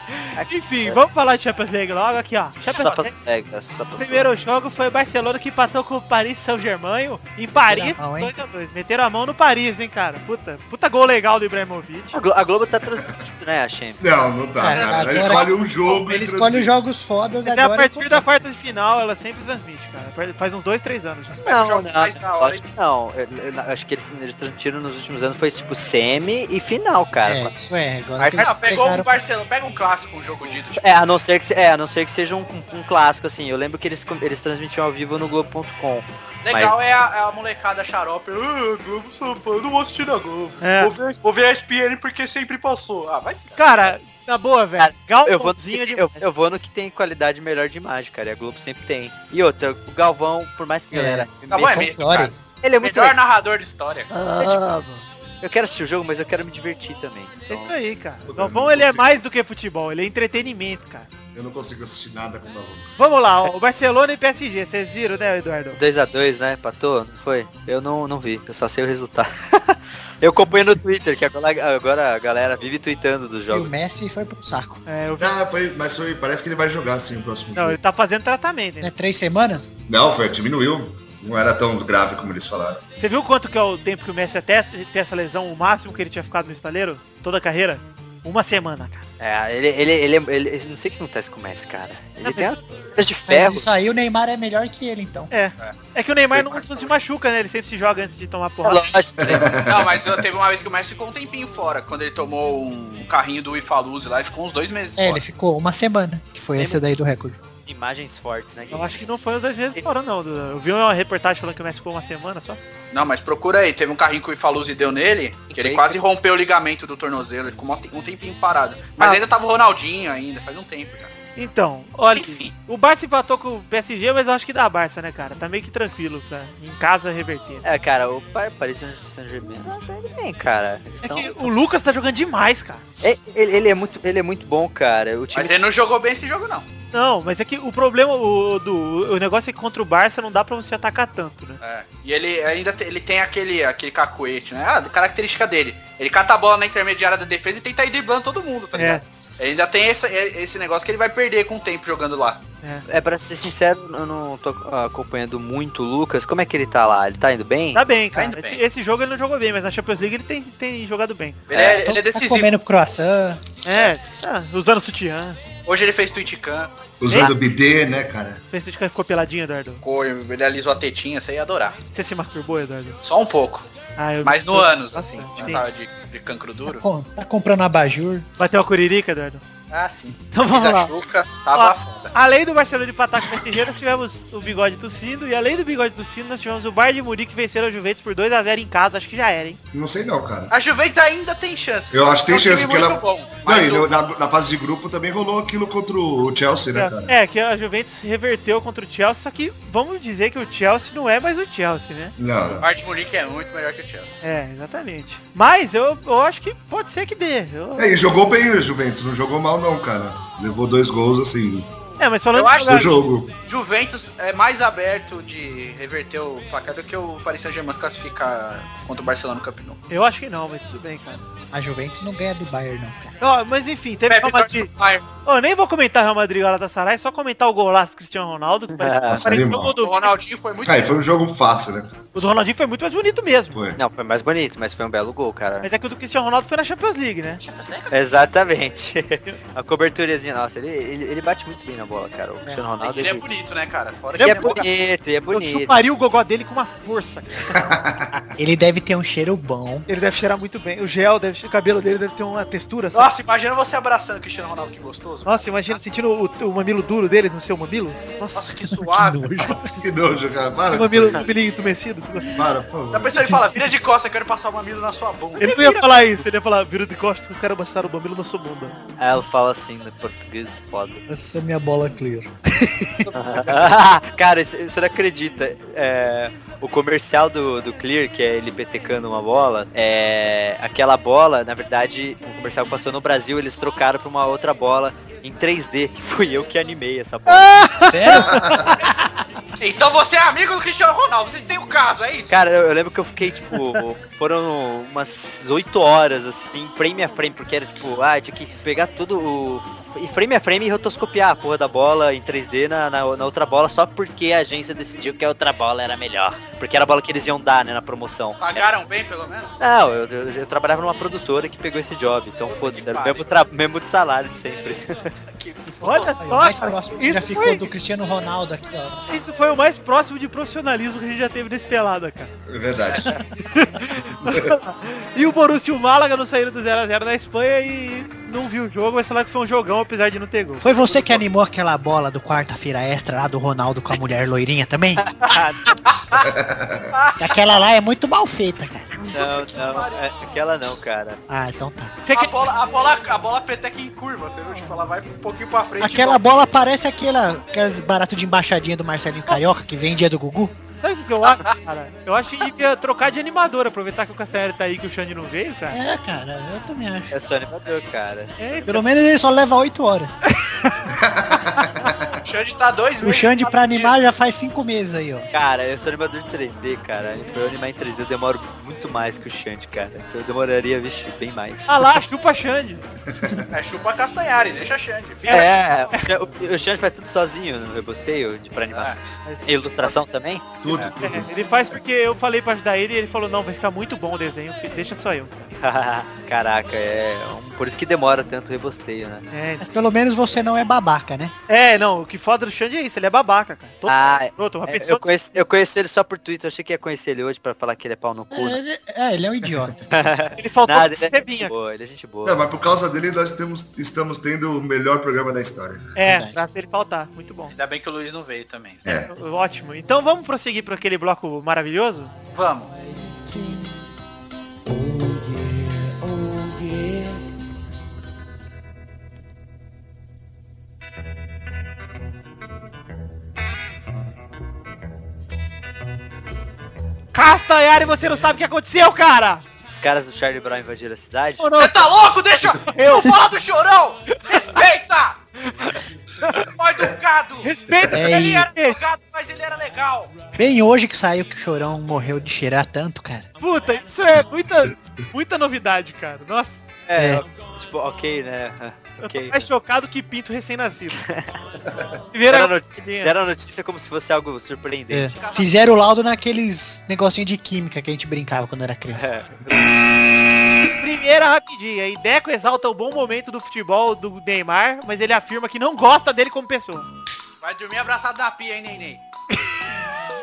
S1: Enfim, vamos falar de Champions League logo aqui, ó.
S2: Só
S1: Champions
S2: pra,
S1: League.
S2: é, só pra
S1: O primeiro jogo foi o Barcelona que empatou com o Paris Saint-Germain em Paris,
S8: Meteram a mão, hein?
S1: 2x2. Meteram a mão no Paris, hein, cara. Puta, puta gol legal do Ibrahimovic.
S2: A Glo- a Globo tá transmitindo, né, a Champions.
S7: não, não tá,
S8: Cara,
S7: cara. Ela
S8: agora-
S7: escolhe um jogo
S8: Ele escolhe
S7: e
S8: os
S7: transmite.
S8: jogos fodas
S1: Mas é a
S8: agora.
S1: partir da quarta de final, ela sempre transmite, cara. Faz uns dois, três anos já.
S2: Não, não,
S6: jogos mais da
S2: não,
S6: hora,
S2: acho que não. Eu- eu- eu acho que eles, eles transmitiram nos últimos anos, foi tipo semi e final,
S8: É,
S2: cara.
S8: isso é. Agora
S2: Aí
S8: que
S6: Ah,
S8: eles
S6: pegou um
S8: pegaram-
S6: Barcelona, pega um clássico, um jogo de
S2: É, a não ser que, se- é, a não ser que seja um, um clássico, assim. Eu lembro que eles, com- eles transmitiam ao vivo no Globo.com.
S6: Legal é, a, é a molecada xarope. Ah, Globo São Paulo, não vou assistir na Globo.
S1: É.
S6: Vou, ver, vou ver a SPN porque sempre passou. Ah, vai se
S1: Cara, na boa, velho.
S2: Cara,
S1: Galvãozinho
S2: Eu vou, no que-
S1: de...
S2: eu, eu vou no que tem qualidade melhor de imagem, cara. E a Globo sempre tem. E outra, o Galvão, por mais que a
S8: É.
S2: galera.
S6: Galvão é meio-
S8: Folclore.
S2: Ele é muito
S6: Melhor
S2: legal.
S6: narrador de história. cara.
S5: Ah,
S2: Eu quero assistir o jogo, mas eu quero me divertir também.
S1: É
S2: Então,
S1: isso aí, cara. O
S7: Puta,
S1: Galvão,
S7: não
S1: ele é
S7: consigo.
S1: mais do que futebol, ele é entretenimento, cara.
S7: Eu não consigo assistir nada com o Galvão.
S1: Vamos lá, ó, o Barcelona e PSG, vocês viram, né, Eduardo?
S2: 2x2, né? Patou? Não foi? Eu não, não vi, eu só sei o resultado. eu acompanho no Twitter, que agora, agora a galera vive tweetando dos
S8: E o
S2: jogos.
S8: Messi foi pro saco.
S1: É, eu vi-
S7: Ah, foi, mas foi, parece que ele vai jogar sim o próximo
S1: Não,
S7: jogo.
S1: ele tá fazendo tratamento,
S8: Né?
S1: né?
S8: Três semanas?
S7: Não, foi, diminuiu. Não era tão grave como eles falaram.
S1: Você viu quanto que é o tempo que o Messi até ter essa lesão, o máximo que ele tinha ficado no estaleiro? Toda a carreira? Uma semana, cara.
S2: É, ele, ele, ele, ele, ele- Não sei o que acontece com o Messi, cara. Ele
S1: Não,
S2: tem
S1: mas-
S2: uma de
S8: Mas
S2: ferro.
S8: isso aí o Neymar é melhor que ele, então.
S1: É que o Neymar não, não se machuca, né? Ele sempre se joga antes de tomar
S2: é
S1: porrada.
S2: lógico, né?
S6: Não, mas eu, teve uma vez que o Messi ficou um tempinho fora. Quando ele tomou um carrinho do Ifaluz lá, ele ficou uns dois meses
S8: É, ele
S6: fora.
S8: ficou uma semana, que foi esse daí do recorde.
S2: Imagens fortes, né?
S1: Eu acho que não foi os dois meses fora, não. Eu vi uma reportagem falando que o Messi ficou uma semana só.
S6: Não, mas procura aí. Teve um carrinho que o Ifaluz deu nele, que ele
S2: Tem-
S6: quase rompeu o ligamento do tornozelo. Ele ficou mó te- um tempinho parado. Mas
S1: Ah.
S6: ainda tava o Ronaldinho ainda, faz um tempo já.
S1: Então, olha,
S6: Enfim.
S1: o Barça empatou com o PSG, mas eu acho que dá a Barça, né, cara? Tá meio que tranquilo pra em casa reverter.
S2: É, cara, o Pa- Paris Saint-Germain tá tá indo bem, cara. Eles
S1: É
S2: tão-
S1: que o Lucas tá jogando demais, cara.
S2: É, ele, ele é muito, ele é muito bom, cara. O time
S8: um-
S6: Mas ele não jogou bem esse jogo, não.
S1: Não, mas é que o problema o, do o negócio é que contra o Barça não dá pra você atacar tanto, né?
S6: É. E ele ainda te- ele tem aquele, aquele cacuete, né? Ah, característica dele. Ele cata a bola na intermediária da defesa e tenta ir driblando todo mundo, tá
S1: É.
S6: ligado? Ele ainda tem esse, é, esse negócio que ele vai perder com o tempo jogando lá.
S2: É, pra ser sincero, eu não tô ah, acompanhando muito o Lucas. Como é que ele tá lá? Ele tá indo bem?
S1: Tá bem, cara.
S6: indo
S1: esse,
S6: bem.
S1: esse jogo ele não jogou bem, mas na Champions League ele tem, tem jogado bem.
S6: Ele é,
S8: Então
S6: ele é
S8: Tá
S6: decisivo.
S8: comendo croissant.
S1: É, tá usando sutiã.
S6: Hoje ele fez tweet cam,
S8: É.
S7: Usando o BD, né, cara?
S1: Pensei que ficou peladinho, Eduardo.
S6: cor, ele alisou a tetinha, você ia adorar.
S1: Você se masturbou, Eduardo?
S6: Só um pouco.
S1: Ah, eu
S6: Mas no
S1: eu-
S6: ânus,
S1: Nossa,
S6: assim.
S1: sim.
S6: Já tava de, de cancro
S8: Tá,
S6: duro.
S8: com- tá comprando abajur.
S1: Bateu a curirica, Eduardo?
S6: Ah, sim.
S1: Então vamos
S6: Fiz a
S1: lá.
S6: chuca, tava
S1: Ó.
S6: foda.
S1: Além do Barcelona de empatar com o PSG, nós tivemos o Bigode tossindo. E além do Bigode tossindo, nós tivemos o Bar de Muri que venceram o Juventus por 2x0 em casa. Acho que já era, hein?
S7: Não sei não, cara.
S6: A Juventus ainda tem chance.
S7: Eu acho que tem
S6: É um time
S7: chance, porque
S6: muito
S7: ela-
S6: bom,
S7: Não, e
S6: mas o-
S7: no- na, na fase de grupo também rolou aquilo contra o Chelsea, né, cara?
S1: É, que a Juventus reverteu contra o Chelsea. Só que vamos dizer que o Chelsea não é mais o Chelsea, né?
S7: Não,
S6: o
S7: não.
S6: Bayern de Munique é muito melhor que o Chelsea.
S1: É, exatamente. Mas eu, eu acho que pode ser que dê. Eu-
S7: É, e jogou bem o Juventus, não jogou mal não, cara. Levou dois gols assim
S1: É, mas falando
S6: Eu acho-
S7: no
S1: jogar-
S7: jogo.
S6: Juventus é mais aberto de reverter o placar do que o Paris Saint-Germain se classificar contra o Barcelona no Camp Nou.
S1: eu acho que não, mas tudo bem, cara.
S8: A Juventus não ganha do Bayern, não, cara.
S1: Ó, mas enfim, teve
S6: Pepe
S1: Real
S6: torce
S1: Madrid.
S6: pro Bayern.
S1: Eu nem vou comentar Real Madrid e Galatasaray, só comentar o golaço do Cristiano Ronaldo. Que parecia,
S7: Nossa,
S1: parecia o
S7: animal.
S1: gol
S6: O
S1: do
S6: Ronaldinho foi muito
S7: Cara, e foi um jogo fácil, né?
S1: O do Ronaldinho foi muito mais bonito mesmo.
S7: Foi.
S2: Não, foi mais bonito, mas foi um belo gol, cara.
S1: Mas é que o do Cristiano Ronaldo foi na Champions League, né?
S2: Exatamente. A coberturazinha, nossa, ele, ele, ele bate muito bem na bola, cara. O Cristiano Ronaldo
S6: Ele é
S2: ele-
S6: bonito, né, cara? Fora
S2: ele
S6: que
S2: é
S6: ele é bonito.
S2: bonito, ele é
S1: Eu
S2: bonito.
S1: chuparia o gogó dele com uma força. cara.
S8: Ele deve ter um cheiro bom.
S5: Ele deve cheirar muito bem. O gel, deve, o cabelo dele deve ter uma textura. sabe?
S6: Nossa, imagina você abraçando o Cristiano Ronaldo, que gostoso.
S5: Nossa, imagina sentindo o, o mamilo duro dele no seu mamilo. Nossa,
S6: Nossa, que suave.
S7: Que nojo, cara. Para,
S5: o
S7: com
S5: mamilo,
S7: isso
S5: o
S7: aí.
S5: mamilinho entumecido. tu gosta?
S7: para, por favor.
S6: Da pessoa Tá ele fala, vira de costa, eu quero passar o mamilo na sua bunda.
S5: Ele não ia falar isso, ele ia falar, vira de costas que eu quero baixar o mamilo na sua bunda.
S2: Aí ela fala assim no português, foda.
S8: Essa é minha bola clear.
S2: cara, isso- você não acredita. é, o comercial do, do Clear, que é ele petecando uma bola, é, aquela bola, na verdade, o comercial que passou no Brasil, eles trocaram pra uma outra bola em 3D, que fui eu que animei essa bola.
S8: Sério?
S6: Então você é amigo do Cristiano Ronaldo, vocês têm o caso, é isso?
S2: Cara, eu, eu lembro que eu fiquei, tipo, foram umas 8 horas, assim, frame a frame, porque era, tipo, ah, tinha que pegar tudo o... E frame a frame e rotoscopiar a porra da bola em 3D na, na, na outra bola só porque a agência decidiu que a outra bola era melhor. Porque era a bola que eles iam dar, né, na promoção.
S6: Pagaram bem, pelo menos?
S2: Não, eu, eu- eu trabalhava numa produtora que pegou esse job, então foda-se, era o mesmo, tra- mesmo de salário de sempre.
S1: Olha
S8: Aí,
S1: É só,
S8: mais
S1: cara.
S8: próximo que
S1: Isso
S8: já
S1: foi-
S8: ficou do Cristiano Ronaldo aqui, ó.
S1: Isso foi o mais próximo de profissionalismo que a gente já teve nesse pelada, cara.
S7: É verdade.
S1: E o Borussia e o Málaga não saíram do 0x0 na Espanha e não viu o jogo, mas falar que foi um jogão, apesar de não ter gol.
S8: Foi você que animou aquela bola do quarta-feira extra lá do Ronaldo com a mulher loirinha também? aquela lá é muito mal feita, cara.
S2: Não, não, é, aquela não, cara.
S8: Ah, então tá.
S1: Você
S6: A
S1: que...
S6: bola, a bola, a bola peteca em curva, você viu? Tipo, ela vai um pouquinho pra frente. e
S8: Aquela
S6: volta.
S8: bola parece aquela, aquelas barato de embaixadinha do Marcelinho Carioca que vem dia do Gugu.
S1: Sabe o que eu acho, cara? Eu acho que devia trocar de animador, aproveitar que o Castanheira tá aí e que o Xande não veio, cara.
S8: É, cara, eu também acho.
S2: É só animador, cara.
S1: É,
S8: Pelo menos ele só leva 8 horas.
S6: O Xande tá dois
S8: O
S6: meses
S8: Xande pra
S6: fazendo
S8: animar já faz 5 meses aí, ó.
S2: Cara, eu sou animador de 3D, cara. Pra eu animar em 3D eu demoro muito mais que o Shanty, cara. Então eu demoraria, vixe, bem mais.
S1: Ah lá, chupa Xande.
S6: isso. É chupa Castanhari, deixa Xande. Fica-
S2: É, o Xan- o, o Xande faz tudo sozinho no rebosteio de pra animação.
S1: Ah,
S2: E Ilustração também?
S7: Tudo, tudo.
S1: É, ele faz porque eu falei pra ajudar ele e ele falou, não, vai ficar muito bom o desenho, fi- deixa só eu.
S2: Caraca, é. um- Por isso que demora tanto o rebosteio, né?
S1: É,
S8: Mas pelo menos você não é babaca, né?
S1: é, não, o que foda do Xande é isso, ele é babaca, cara. Todo
S2: Ah,
S1: escroto, uma
S2: é,
S1: pessoa
S2: eu, conheço, eu conheço ele só por Twitter, eu achei que ia conhecer ele hoje pra falar que ele é pau no cu. né?
S8: Ele- É, ele é um idiota.
S1: Ele faltou
S2: Nada, ele é gente
S1: Cebinha.
S2: boa, ele é gente
S7: Não,
S2: boa.
S7: mas por causa dele nós temos, estamos tendo o melhor programa da história.
S1: É,
S8: Verdade.
S1: pra se ele faltar. Muito bom.
S6: Ainda bem que o Luiz não veio também.
S7: É.
S1: Ótimo. Então vamos prosseguir para aquele bloco maravilhoso?
S6: Vamos.
S1: Castanhari, você não sabe o que aconteceu, cara!
S2: Os caras do Charlie Brown invadiram a cidade?
S1: Ou não?
S6: Você tá louco? Deixa eu falar do chorão! Respeita! Mal educado!
S1: Respeita
S8: É
S1: ele
S8: isso.
S1: era esse.
S6: Educado, mas ele era legal.
S8: Bem hoje que saiu que o Chorão morreu de cheirar tanto, cara.
S1: Puta, isso é muita, muita novidade, cara. Nossa,
S2: É,
S8: É.
S2: tipo, ok, né?
S1: eu tô
S2: Ok.
S1: mais chocado que pinto recém-nascido.
S2: Deram
S1: Primeira
S2: a notícia, deram a notícia como se fosse algo surpreendente.
S8: É. Fizeram o laudo naqueles negocinho de química que a gente brincava quando era criança.
S1: Primeira rapidinha, e Deco exalta o bom momento do futebol do Neymar, mas ele afirma que não gosta dele como pessoa.
S6: Vai dormir abraçado na pia, hein, neném?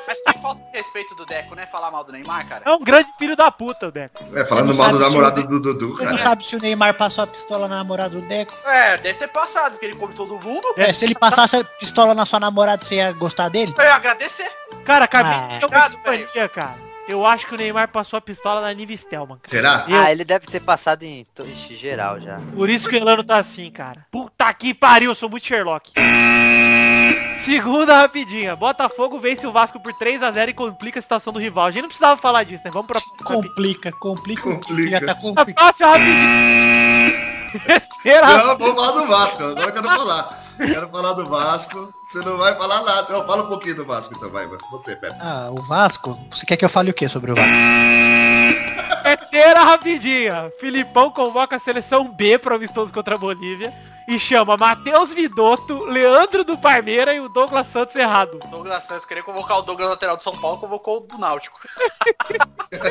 S6: Mas tem falta de respeito do Deco, né? Falar mal do Neymar, cara.
S1: É um grande filho da puta, o Deco.
S7: É, falando
S8: Não
S7: mal do
S8: sabe se
S7: namorado do Dudu,
S8: Você não
S7: cara.
S8: sabe se o Neymar passou a pistola na namorada do Deco?
S6: É, deve ter passado, porque ele come todo mundo.
S8: É, se ele passasse a pistola na sua namorada, você ia gostar dele?
S6: Eu ia agradecer.
S1: Cara, Carmen,
S8: Ah,
S1: eu
S6: obrigado,
S1: mania, cara. Eu acho que o Neymar passou a pistola na Nive Stelman, cara.
S7: Será?
S2: Ah, ele deve ter passado em, to- em geral já.
S1: Por isso que o Elano tá assim, cara. Puta que pariu, eu sou muito Sherlock. Segunda rapidinha. Botafogo vence o Vasco por 3x0 e complica a situação do rival. A gente não precisava falar disso, né? Vamos pra...
S8: Complica, complica, complica.
S7: Complica.
S8: já tá
S1: A
S8: complicado.
S1: próxima rapidinha. Terceira
S7: Não, vou falar do Vasco, agora eu quero falar. Quero falar do Vasco, você não vai falar nada. Não, fala um pouquinho do Vasco então, vai, vai. Você, Pepe.
S8: Ah, o Vasco? Você quer que eu fale o que sobre o Vasco?
S1: Terceira rapidinha. Filipão convoca a seleção B para o amistoso contra a Bolívia e chama Matheus Vidotto, Leandro do Parmeira e o Douglas Santos errado.
S6: Douglas Santos queria convocar o Douglas lateral do São Paulo, convocou o do Náutico.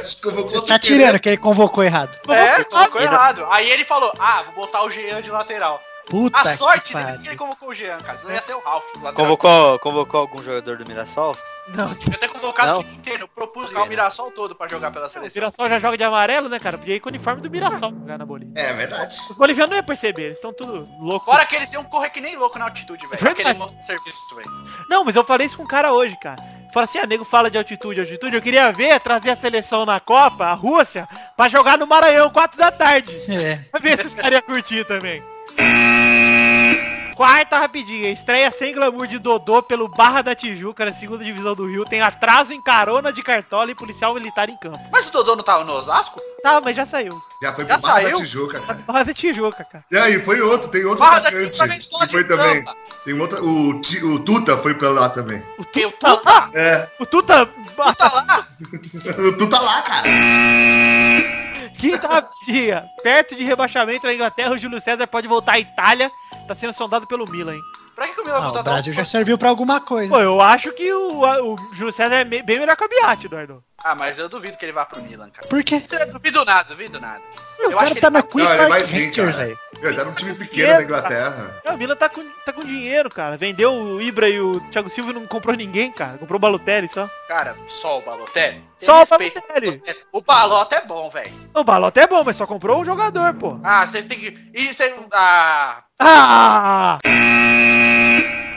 S7: Acho que eu vou
S8: Tá tirando que ele convocou errado.
S6: É,
S1: Vamos-
S6: convocou errado. Aí ele falou, ah, vou botar o Jean de lateral.
S8: Puta
S6: A sorte
S8: que
S6: dele que ele
S8: pariu.
S6: convocou o Jean, cara. Senão ia ser o Ralf. do lateral.
S2: Convocou, convocou algum jogador do Mirassol?
S1: Não,
S6: Eu até convocado
S2: Não.
S6: o time inteiro. Eu propus o Mirassol todo pra jogar pela
S1: o
S6: seleção.
S1: Mirassol já joga de amarelo, né, cara? Podia ir com o uniforme do Mirassol jogar na Bolívia.
S7: É verdade.
S1: Os bolivianos não iam perceber, eles estão tudo louco.
S6: Fora que eles iam correr que nem louco na altitude, velho.
S1: Verdade.
S6: Aquele monstro de serviço, velho.
S1: Não, mas eu falei isso com um cara hoje, cara. Fala assim, a nego fala de altitude, altitude. Eu queria ver, trazer a seleção na Copa, a Rússia, pra jogar no Maranhão, 4 da tarde.
S8: É.
S1: Pra ver se os caras iam curtir também. Quarta rapidinha, estreia sem glamour de Dodô pelo Barra da Tijuca na segunda divisão do Rio, tem atraso em carona de cartola e policial militar em campo.
S6: Mas o Dodô não tava no Osasco?
S1: Tá, mas já saiu.
S7: Já foi pro
S6: Já
S7: Barra da
S6: saiu?
S7: Tijuca, cara.
S1: Barra da Tijuca, cara.
S7: E aí, foi outro, tem outro
S6: Barra da
S7: atacante
S6: Tijuca vem só
S7: que foi
S6: de
S7: também.
S6: samba.
S7: Tem outro, o, Ti- o Tuta foi pra lá também.
S1: O
S6: Que o
S1: Tuta,
S6: Tuta,
S7: É,
S1: o tá- Tuta,
S6: Tuta lá.
S7: o Tuta lá, cara.
S1: quinta rapidinha, perto de rebaixamento na Inglaterra, o Júlio César pode voltar à Itália, tá sendo sondado pelo Milan, hein?
S6: Pra que que o Milan
S8: Ah,
S6: botou
S8: o
S6: até
S8: Brasil
S6: o-
S8: já serviu pra alguma coisa.
S1: Pô, eu acho que o, a- o Júlio César é me- bem melhor que a Biati, Eduardo.
S6: Ah, mas eu duvido que ele vá pro Milan, cara.
S8: Por quê?
S6: Eu duvido nada, duvido nada.
S8: Meu,
S6: Eu
S8: o
S6: acho
S8: cara
S6: que
S8: tá
S6: ele
S8: na
S6: tá-
S8: Queen
S7: Não, ele vai
S8: Park
S7: sim,
S8: Rangers,
S7: cara.
S8: velho.
S7: Meu, Era um time pequeno da Inglaterra.
S1: Não, o Milan tá com, tá com dinheiro, cara. Vendeu o Ibra e o Thiago Silva e não comprou ninguém, cara. Comprou o Balotelli só.
S6: Cara, só o Balotelli. Tem
S1: Só o
S6: respeito.
S1: Balotelli.
S6: O Balota é bom, velho.
S1: O Balotelli é bom, mas só comprou um jogador, pô.
S6: Ah, você tem que... Isso é... Ah...
S1: Ah!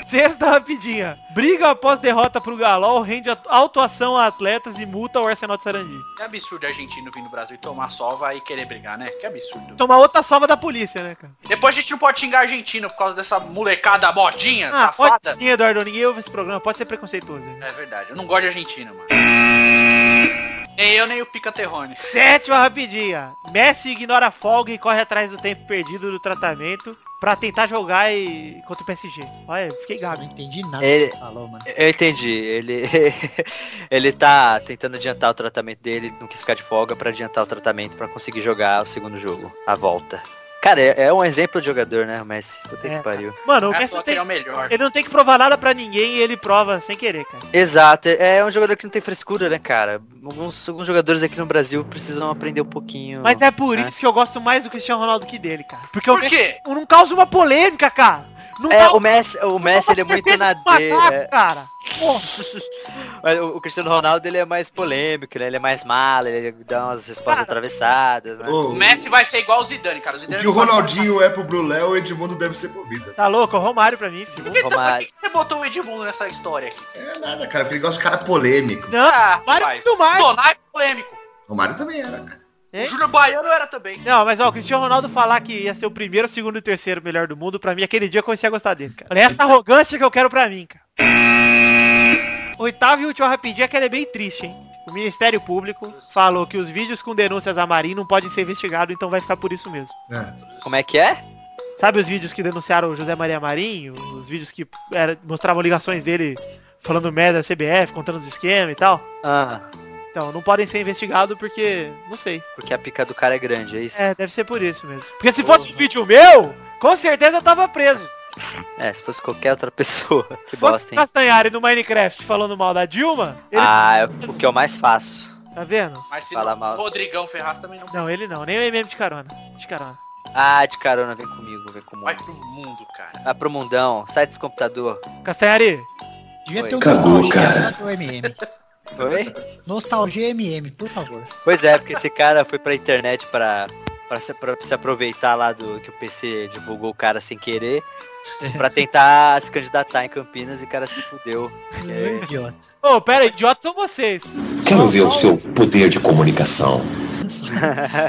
S1: Sexta rapidinha. Briga após derrota pro Galol, rende a- autuação a atletas e multa ao Arsenal de Sarandi.
S6: Que absurdo argentino vir no Brasil e tomar sova e querer brigar, né? Que absurdo.
S1: Tomar outra salva da polícia, né, cara?
S6: Depois a gente não pode xingar argentino por causa dessa molecada modinha,
S1: Ah, pode
S6: safada.
S1: sim, Eduardo. Ninguém ouve esse programa. Pode ser preconceituoso. né? hein?
S6: É verdade, eu não gosto de argentino, mano. Nem eu, nem o Pica Terrone.
S1: Sétima rapidinha. Messi ignora a folga e corre atrás do tempo perdido do tratamento pra tentar jogar e... contra o PSG. Olha, eu fiquei
S8: Cara,
S1: gago.
S8: não entendi nada
S2: Ele-
S8: que você falou, mano.
S2: Eu entendi. Ele, ele tá tentando adiantar o tratamento dele, não quis ficar de folga pra adiantar o tratamento pra conseguir jogar o segundo jogo, a volta. Cara, é, é um exemplo de jogador, né, o Messi? Puta
S1: É.
S2: que pariu.
S1: Mano, o
S6: É,
S1: Messi
S6: só
S1: não
S6: que ele
S1: tem...
S6: é o melhor.
S1: Ele não tem que provar nada pra ninguém e ele prova sem querer, cara.
S2: Exato, é é um jogador que não tem frescura, né, cara? Alguns, alguns jogadores aqui no Brasil precisam aprender um pouquinho.
S1: Mas é por
S2: É.
S1: isso que eu gosto mais do Cristiano Ronaldo que dele, cara. Porque o
S6: Por
S1: Messi
S6: quê?
S1: não causa uma polêmica, cara. Não
S2: É,
S1: dá-
S2: o Messi, o
S1: não
S2: Messi
S1: dá
S2: ele é muito
S1: certeza
S2: na
S1: de matar,
S2: dele. é.
S1: cara. Porra,
S2: Mas O o Cristiano Ronaldo ele é mais polêmico, né? Ele é mais mala, ele dá umas respostas
S1: Cara,
S2: atravessadas, né?
S7: O,
S6: O Messi vai ser igual o Zidane, cara. O
S7: o
S6: Zidane
S7: que o
S6: não pode-
S7: Ronaldinho é pro Brulé, o Edmundo deve ser pro Vida.
S1: tá louco? É o Romário pra mim, filho.
S6: Então, por
S2: Romário.
S6: que que você botou o Edmundo nessa história aqui?
S7: É nada, cara, porque ele gosta de cara polêmico.
S1: Não,
S6: Ah,
S1: Romário é
S6: rapaz.
S1: muito mais.
S6: Sonar é polêmico.
S7: Romário também era, cara.
S1: Hein?
S6: O Júlio Baiano era também.
S1: Não, mas ó, o Cristiano Ronaldo falar que ia ser o primeiro, segundo e terceiro melhor do mundo, pra mim, aquele dia eu comecei a gostar dele, cara. Olha essa arrogância que eu quero pra mim, cara. Oitava e última rapidinha, que ela é bem triste, hein? O Ministério Público falou que os vídeos com denúncias a Marim não podem ser investigados, então vai ficar por isso mesmo.
S7: É.
S2: Como é que é?
S1: Sabe os vídeos que denunciaram o José Maria Marinho? Os vídeos que era- mostravam ligações dele falando merda da CBF, contando os esquemas e tal?
S2: Ah,
S1: Então, não podem ser investigados porque, não sei.
S2: porque a pica do cara é grande, é isso? É,
S1: É, deve ser por isso mesmo. Porque se fosse um vídeo meu, com certeza eu tava preso.
S2: É, se fosse qualquer outra pessoa. Que
S1: Se fosse
S2: bosta,
S1: o
S2: hein?
S1: Castanhari no Minecraft falando mal da Dilma, ele...
S2: Ah, é o que eu mais faço.
S1: Tá vendo?
S6: Mas se
S2: Fala
S6: não,
S2: mal.
S6: o Rodrigão Ferraz também não
S1: Não, ele não. Nem o MM de carona. De carona.
S2: Ah, de carona, vem comigo, vem
S6: vai
S2: comigo.
S6: pro mundo, cara.
S2: Vai pro mundão, sai desse computador.
S1: Castanhari,
S8: Devia ter um
S2: Oi.
S7: Cagou, cara.
S8: pra ter o MM.
S2: Oi?
S8: Nostalgia MM, por favor.
S2: Pois é, porque esse cara foi pra internet pra, pra, se, pra se aproveitar lá do que o PC divulgou o cara sem querer. Pra tentar se candidatar em Campinas e o cara se fudeu. É.
S8: Idiota.
S1: Ô, pera, idiotas são vocês.
S8: Quero ver o seu
S4: poder de comunicação.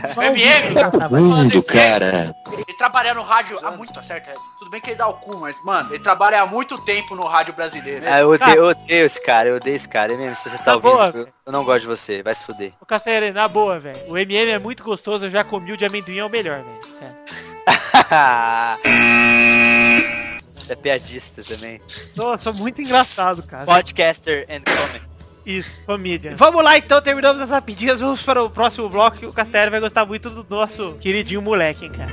S8: Só
S6: MM.
S8: ouvir que passava.
S6: mundo,
S4: cara.
S6: Ele trabalha no rádio há muito, certo? É, Tudo bem que ele dá o cu, mas, mano, ele trabalha há muito tempo no rádio brasileiro. né?
S2: Ah, eu, odeio, eu odeio esse cara, eu odeio esse cara. É mesmo, se você tá
S1: Tá
S2: ouvindo,
S1: boa.
S2: eu, eu não gosto de você, vai se fuder.
S1: Ô, Castanheira, na boa, velho. O MM é muito gostoso, eu já comi o de amendoim, é o melhor, velho. Sério.
S2: você é piadista também.
S1: Sou, sou muito engraçado, cara.
S2: é- Podcaster and comic.
S1: Isso, família. Vamos lá, então, terminamos as rapidinhas, vamos para o próximo bloco, que o Castanheira vai gostar muito do nosso queridinho moleque, hein, cara.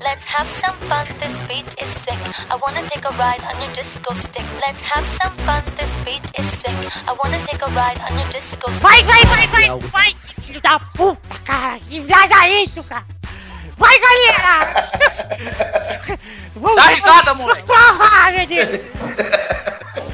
S10: Let's have some fun, this beat is sick. I wanna take a ride on your disco stick. Let's have some fun, this beat is sick. I wanna take a ride on your disco stick.
S11: Vai, vai, vai, vai, vai, filho da puta, cara. Que viagem é isso, cara? Vai, galera! Vamos
S6: Dá risada, moleque.
S11: Ah, meu Deus.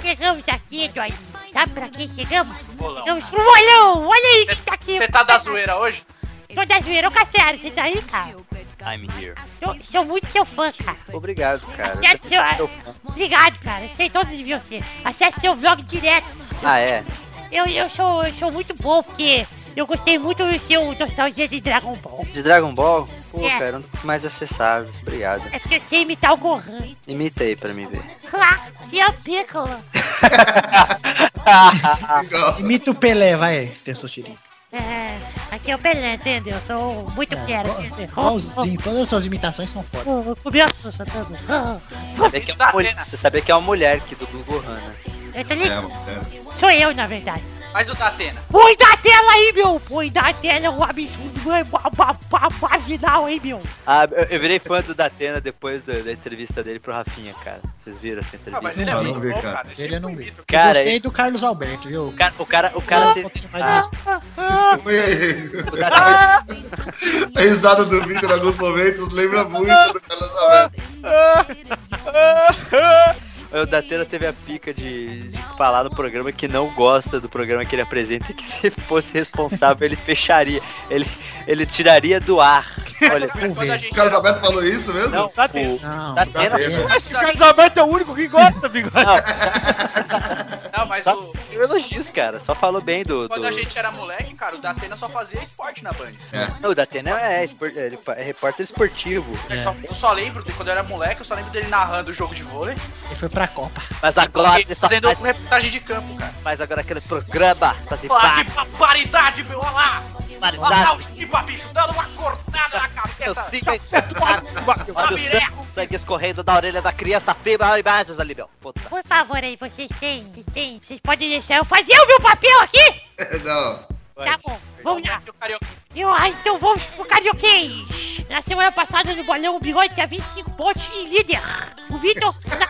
S11: Chegamos aqui, Eduardo. Sabe pra quem chegamos?
S6: Bolão.
S11: Estamos pro bolão. Olha aí quem tá aqui.
S6: Você tá da zoeira hoje?
S11: Tô da zoeira. Ô, Cassiano, você tá aí, cara?
S2: I'm here.
S11: Sou, sou muito seu fã, cara.
S2: Obrigado, cara.
S11: Acesse seu...
S2: Eu sou fã.
S11: Obrigado, cara. Eu sei, todos deviam ser. Acesse seu vlog direto.
S2: Ah, é?
S11: Eu, eu, sou, eu sou muito bom, porque eu gostei muito do seu nostalgia de Dragon Ball.
S2: De Dragon Ball? Pô,
S11: É.
S2: cara, um dos mais acessáveis. Obrigado.
S11: É porque eu sei imitar o Gohan.
S2: Imita aí pra mim ver.
S11: Claro, se a Piccolo.
S6: Ah.
S7: Legal.
S8: Imita o Pelé, vai, Testosterinho.
S11: É, aqui é o Pelé, entendeu? Eu sou muito quero. entendeu?
S8: Igualzinho, todas as suas imitações são foda.
S11: Eu comi a sussa toda.
S2: Sabia que é uma mulher, você sabia que é uma mulher que dubla o Gohan, né?
S11: Eu tô
S7: É,
S11: ligado.
S7: é.
S11: Sou eu, na verdade.
S6: Mas o da Atena.
S11: Põe da tela aí, meu! Põe da tela, o absurdo é ba- ba- ba- vaginal, hein, meu?
S2: Ah, eu, eu virei fã do Datena depois da, da entrevista dele pro Rafinha, cara. Vocês viram essa
S6: Ah,
S2: entrevista?
S6: mas ele é
S7: Não,
S6: muito
S7: não vê,
S6: bom,
S7: cara.
S6: cara.
S8: Ele eu não vi.
S6: bonito.
S2: Cara,
S8: eu gostei
S2: ele-
S8: do Carlos Alberto, viu?
S2: O cara, o cara, o cara teve...
S8: Ah,
S2: O Datena,
S7: A risada do Vitor em alguns momentos lembra muito do Carlos Alberto.
S2: o Datena teve a pica de, de falar no programa que não gosta do programa que ele apresenta e que se fosse responsável ele fecharia. Ele, ele tiraria do ar. Olha,
S8: Vamos
S6: Quando a
S8: ver.
S7: O
S6: gente...
S7: Carlos Alberto falou isso mesmo?
S2: não,
S1: Tá tendo.
S2: o
S8: Não,
S2: Datena...
S7: Datena.
S1: Eu acho que o Carlos Alberto é o único que gosta, bigode.
S6: Não, mas
S2: Só
S6: o...
S2: recebeu elogios, cara. Só falou bem do... do...
S6: Quando a gente era moleque, cara, o Datena só fazia esporte na Band.
S2: Não, o Datena é, espor- ele fa- é repórter esportivo.
S6: Eu, só, eu só lembro, de quando eu era moleque, eu só lembro dele narrando o jogo de vôlei.
S8: ele foi pra Copa.
S2: Mas agora ele
S6: e
S2: só
S6: fazendo
S2: faz,
S6: reportagem de campo, cara.
S2: faz agora aquele programa tá pra se
S6: Olha lá, que
S2: falar.
S6: barbaridade, meu! Olha lá! Olha lá o Stipa, bicho, dando uma cortada na
S2: Eu
S6: cabeça.
S2: sinto esse- Olha o sangue, sangue escorrendo da orelha da criança feia, olha imagens ali, meu. Puta.
S11: Por favor aí, vocês têm, vocês têm, vocês podem deixar eu fazer o meu papel aqui?
S7: Não.
S11: Tá bom, vamos lá.
S6: O Carioca
S11: Eu, ah, então vamos pro Carioquês. Na semana passada no bolão o Bigode tinha 25 pontos e líder. O Vitor na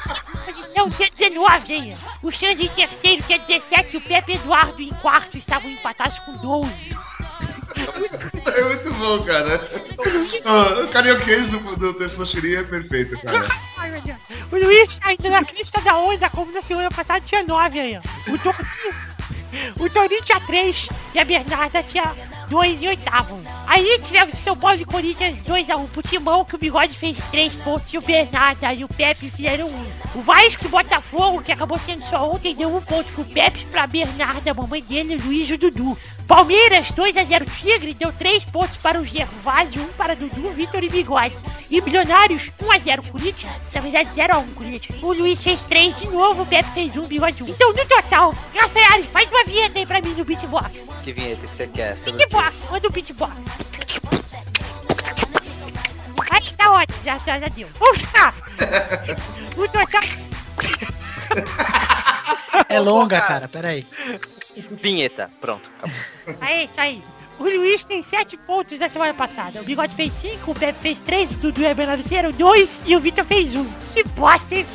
S11: posição tinha 19. hein? O Xande em terceiro tinha 17 e o Pepe Eduardo em quarto estavam empatados com 12.
S7: É muito bom, cara. Ah, O carioquês do, do, do Sochiri é perfeito, cara.
S11: Ai, meu Deus. O Luiz tá indo na crista da onda, como na semana passada tinha 9 aí. ó. O Torinho, o Torinho tinha 3 e a Bernarda tinha 2 e oitavo. Aí tivemos São Paulo e Corinthians 2x1 pro Timão, que o Bigode fez 3 pontos e o Bernarda e o Pepe fizeram 1. O Vasco e Botafogo, que acabou sendo só ontem, deu 1 ponto pro Pepe pra Bernarda, a mamãe dele, Luiz e o Dudu. Palmeiras 2x0 Tigre, deu 3 pontos para o Gervásio, 1 para Dudu, Vitor e Bigode. E Bilionários 1x0 Corinthians, na verdade 0x1 Corinthians. O Luiz fez 3 de novo, o Pepe fez 1, Bigode 1. Então no total, Castanhari, faz uma vinheta aí pra mim do beatbox.
S2: Que vinheta que você quer? Sobre o
S6: é
S2: quê?
S11: Beatbox, manda o beatbox. Aí tá ótimo, já, já, já deu. Vamos lá! No total,
S8: É longa, cara, peraí.
S2: Vinheta, pronto. acabou.
S11: É isso aí. O Luiz tem 7 pontos da semana passada. O Bigode fez 5, o Pepe fez 3, o Dudu é e a Bernardo fizeram 2 e o Vitor fez 1. Que bosta, hein?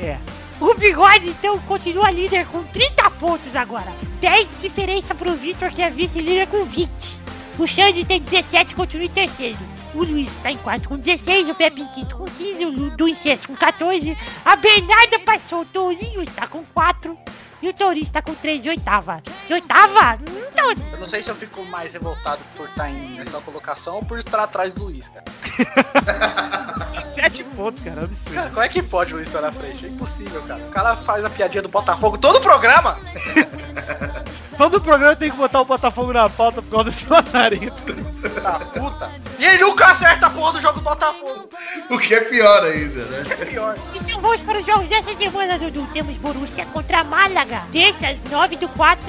S11: É. O Bigode, então, continua líder com 30 pontos agora. 10 diferença pro Vitor, que é vice-líder com 20. O Xande tem 17 e continua em terceiro. O Luiz tá em quarto com 16, o Pepe em quinto com 15, o Dudu em sexto com 14. A Bernarda passou o Tourinho, está com 4. E o Tourinho está com 3 e oitava. E oitava? Hum, Não,
S6: Eu não sei se eu fico mais revoltado por estar em nessa colocação ou por estar atrás do Luiz, cara.
S1: Sete pontos, cara, um absurdo.
S6: Cara, como é que pode o Luiz estar na frente? É impossível, cara. O cara faz a piadinha do Botafogo todo o programa.
S1: Todo programa tem que botar o Botafogo na pauta por causa desse latarinho.
S6: Tá puta. E ele nunca acerta a porra do jogo do Botafogo.
S7: O que é pior ainda, né?
S6: É pior.
S11: Então vamos para os jogos dessa semana, Dudu. Temos Borussia contra Málaga. Terça, às 9 do 4,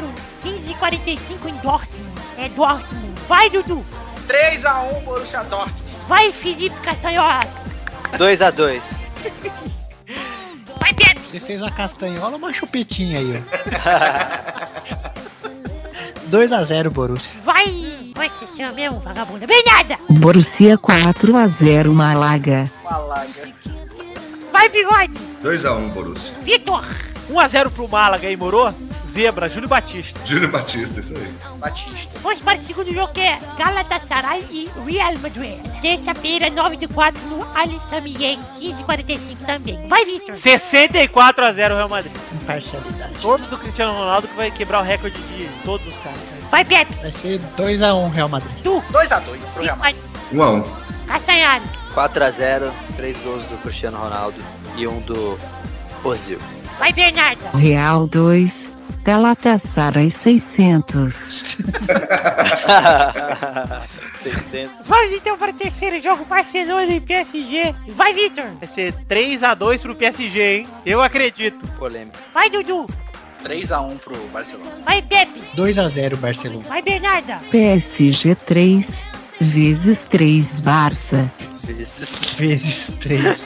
S11: 15h45 em Dortmund. É Dortmund. Vai, Dudu.
S6: 3x1 Borussia Dortmund.
S11: Vai, Felipe Castanhola.
S2: 2x2.
S11: Vai, Pedro.
S8: Você fez uma castanhola, uma chupetinha aí, ó. 2x0 Borussia.
S11: Vai. Vai, é se chama mesmo, vagabunda. Bem nada.
S9: Borussia 4 a 0 Málaga.
S6: Malaga.
S11: Vai, Bigode.
S7: 2x1, Borussia.
S11: Vitor.
S1: 1x0 pro Málaga aí, morou? Zebra, Júlio Batista.
S7: Júlio Batista, isso aí.
S6: Batista.
S11: Vamos para o segundo jogo que é Galatasaray e Real Madrid. Terça-feira, 9 do 4 no Alissamien, 15h45 também. Vai, Vitor.
S1: 64x0 Real Madrid.
S8: Imparcialidade.
S1: Todos do Cristiano Ronaldo que vai quebrar o recorde de todos os caras. cara.
S11: Vai, Pepe.
S8: Vai ser 2x1 Real Madrid.
S11: Tu.
S6: 2x2 programa.
S11: Vai,
S7: 1x1.
S11: Castanhari.
S2: 4x0, 3 gols do Cristiano Ronaldo e um do Ozil.
S11: Vai, Bernardo.
S9: Real 2. Galatasaray 600.
S2: 600.
S11: Vamos então para o terceiro jogo, Barcelona e PSG. Vai, Vitor.
S1: Vai ser 3x2 pro PSG, hein? Eu acredito.
S2: Polêmica.
S11: Vai, Dudu.
S6: 3x1 pro Barcelona.
S11: Vai, Pepe.
S8: 2x0 Barcelona.
S11: Vai, Bernarda.
S9: PSG 3. Vezes 3 Barça.
S2: Vezes.
S8: Vezes 3.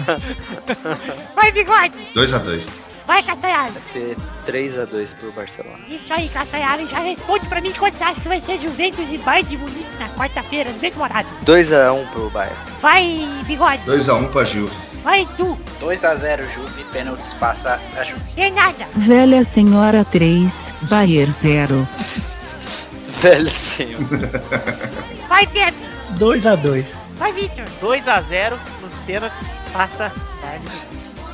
S11: Vai, Bigode.
S7: 2x2.
S11: Vai, Castanhari.
S2: Vai ser 3x2 pro Barcelona.
S11: Isso aí, Castanhari. Já responde pra mim quando você acha que vai ser Juventus e Bayern de Munique na quarta-feira, no mesmo horário.
S2: 2x1 pro Bayern.
S11: Vai, Bigode.
S7: 2x1 pra Gil.
S11: Vai, Tu.
S6: 2x0 Juve, pênaltis passa a Juve.
S11: Bernarda.
S9: Velha Senhora 3. Bayer 0.
S2: Velho senhor.
S11: Vai, Pepe.
S8: 2x2.
S11: Vai, Vitor.
S1: 2x0 nos pênaltis. Passa. Bayern.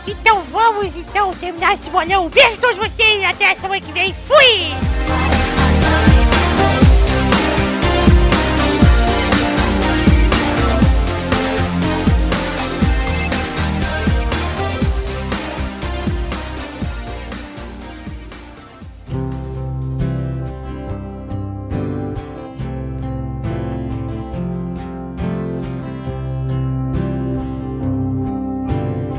S11: Então vamos então terminar esse bolão. Beijo a todos vocês. Até semana que vem. Fui!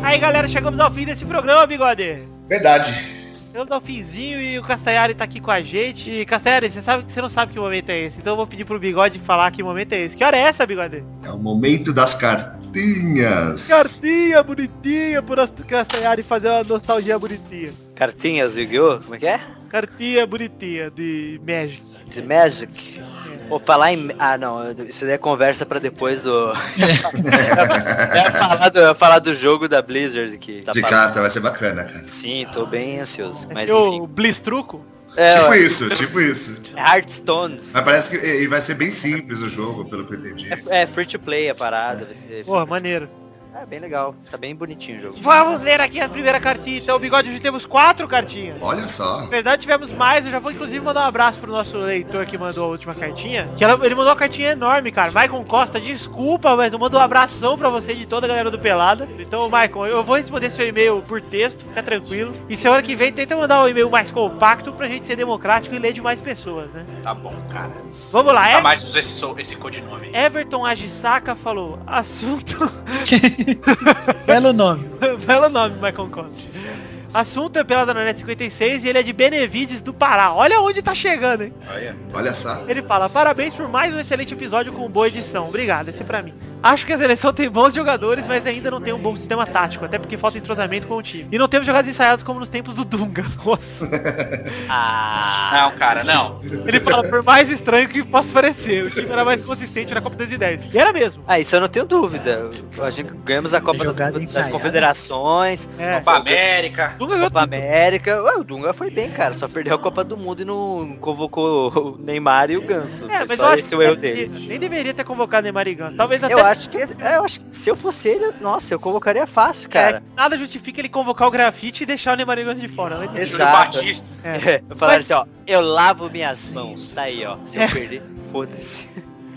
S1: Aí galera, chegamos ao fim desse programa, bigode.
S7: Verdade.
S1: Chegamos ao finzinho e o Castanhari tá aqui com a gente. E Castanhari, você sabe você não sabe que momento é esse, então eu vou pedir pro bigode falar que momento é esse. Que hora é essa, bigode?
S7: É o momento das cartinhas.
S1: Cartinha bonitinha pro nosso Castanhari fazer uma nostalgia bonitinha.
S2: Cartinhas Yu-Gi-Oh! Como é que é?
S1: Cartinha bonitinha de Magic.
S2: The Magic. Vou falar em. Ah, não, isso daí é conversa pra depois do. é falar do, é falar do jogo da Blizzard que tá
S7: De
S2: passando.
S7: carta, vai ser bacana, cara.
S2: Sim, tô bem ansioso.
S1: Vai
S2: Mas
S1: ser é o
S2: enfim.
S1: Blistruco?
S2: É,
S7: tipo
S2: ó, é
S7: isso, tipo isso.
S2: Hearthstones.
S7: Mas parece que e- e vai ser bem simples o jogo, pelo que eu entendi.
S2: É, é free to play a parada. Vai ser...
S1: Porra, maneiro.
S2: É bem legal. Tá bem bonitinho o jogo.
S1: Vamos ler aqui a primeira cartinha. Então, bigode, hoje temos quatro cartinhas.
S7: Olha só.
S1: Na verdade tivemos mais, eu já vou inclusive mandar um abraço pro nosso leitor que mandou a última cartinha. Que ela- ele mandou uma cartinha enorme, cara. Maicon Costa, desculpa, mas eu mando um abração pra você e de toda a galera do Pelada. Então, Maicon, eu vou responder seu e-mail por texto, fica tranquilo. E semana que vem tenta mandar um e-mail mais compacto pra gente ser democrático e ler de mais pessoas, né?
S6: Tá bom, cara.
S1: Vamos lá,
S6: Nunca
S1: é.
S6: mais usa esse, so- esse codinome aí.
S1: Everton Agisaka falou, assunto
S8: Belo nome.
S1: Belo nome, Michael Costa. Assunto é Pelada na Net 56 e ele é de Benevides do Pará. Olha onde tá chegando, hein?
S7: Olha só.
S1: Ele fala, parabéns por mais um excelente episódio com boa edição. Obrigado, esse é pra mim. Acho que a seleção tem bons jogadores, mas ainda não tem um bom sistema tático, até porque falta entrosamento com o time. E não temos jogadas ensaiadas como nos tempos do Dunga. Nossa.
S6: Ah, não, cara, não.
S1: Ele fala, por mais estranho que possa parecer, o time era mais consistente na Copa 2010. E era mesmo.
S2: Ah, isso eu não tenho dúvida. A gente ganhamos a Copa das,
S8: Jogada
S2: das
S8: ensaiada.
S1: né?
S2: Confederações,
S1: É.
S6: Copa América.
S1: Dunga ganhou
S2: Copa
S1: tudo.
S2: América. Ué, o Dunga foi bem, cara. Só perdeu a Copa do Mundo e não convocou o Neymar e o Ganso.
S1: É, mas eu
S2: Só
S1: acho
S2: esse
S1: que
S2: é o erro
S1: nem-
S2: dele.
S1: nem deveria ter convocado Neymar e Ganso. Talvez até
S2: Eu acho que é, eu acho que se eu fosse ele, eu- nossa, eu convocaria fácil, cara.
S1: é, nada justifica ele convocar o grafite e deixar o Neymar e Ganso de fora. Não entendi.
S6: Júlio
S2: Exato.
S6: Batista.
S1: É.
S2: Eu falaria
S1: Mas-
S2: assim, ó, eu lavo minhas mãos. Tá aí, ó. Se eu
S1: É.
S2: perder, foda-se.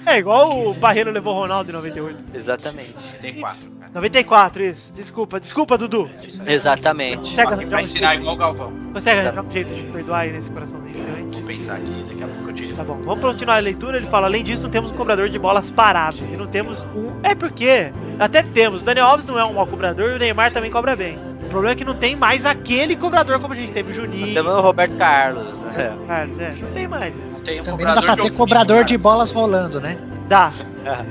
S1: É igual o Barreiro levou o Ronaldo em 98.
S2: Exatamente.
S6: Tem quatro, cara.
S1: 94, isso. Desculpa, desculpa, Dudu.
S2: Exatamente.
S1: Consegue
S6: Aqui pra
S1: arranjar um
S6: ensinar
S1: jeito,
S6: igual o Galvão.
S1: consegue arranjar um jeito de perdoar aí nesse coraçãozinho seu, hein?
S6: Vou pensar aqui, daqui a pouco eu digo.
S1: Tá bom, vamos continuar a leitura. Ele fala, além disso, não temos um cobrador de bolas parado. E não temos um... É porque até temos. O Daniel Alves não é um mau cobrador e o Neymar também cobra bem. O problema é que não tem mais aquele cobrador como a gente teve, o Juninho.
S2: Chama o Roberto Carlos. né?
S1: Carlos, é, não tem mais. né?
S6: Não tem um
S8: Também não dá pra ter
S6: ofício,
S8: cobrador
S6: cara.
S8: de bolas rolando, né?
S1: Dá.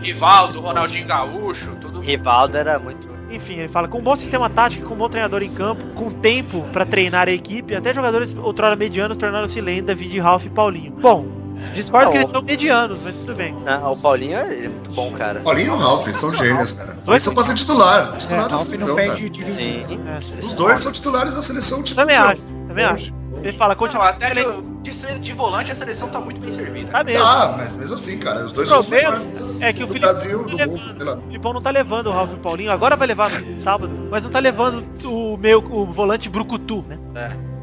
S6: Rivaldo, Ronaldinho Gaúcho, tudo.
S2: Rivaldo era muito.
S1: Enfim, ele fala, com um bom sistema tático, com um bom treinador em campo, com tempo pra treinar a equipe, até jogadores outrora medianos tornaram-se lenda, Vidi, Ralph e Paulinho. Bom, discordo
S2: Não.
S1: que eles são medianos, mas tudo bem.
S2: Não, o Paulinho ele é muito bom, cara.
S7: Paulinho e o Ralf são gênios, cara. Eles são pra ser titular.
S2: É,
S7: Titular da
S8: Ralf É, não
S7: seleção, cara.
S8: perde de
S2: Sim.
S1: É.
S7: Os dois são titulares da seleção. Tipo,
S1: Também
S7: meu,
S1: acho, também acho. Ele fala,
S6: Não,
S1: continua
S6: até que o- de, ser- de volante a seleção tá muito bem servida.
S1: Tá mesmo.
S7: Ah, mas mesmo assim, cara, os dois
S1: O
S7: são os
S1: problema
S7: melhores
S1: é que o
S7: do
S1: Felipe
S7: Brasil, do
S1: Ele-
S7: mundo, sei lá.
S1: O Filipão não tá levando o Ralf e o Paulinho, agora vai levar no sábado, mas não tá levando o meu o volante Brucutu, né?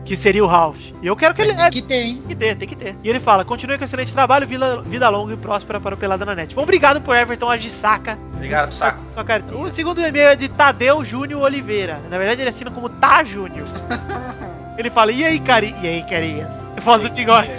S1: Que seria o Ralf. E eu quero que ele. É,
S8: Que tem.
S1: tem que ter, tem que ter. E ele fala, continue com excelente trabalho, Vila- vida longa e próspera para o Pelada na Net. Bom, obrigado por Everton Agissaca.
S6: Obrigado, saco.
S1: Sua carta. O segundo e-mail é de Tadeu Júnior Oliveira. Na verdade ele assina como Tá Júnior. Ele fala, e aí, cari... E aí, carinha? Voz do bigode.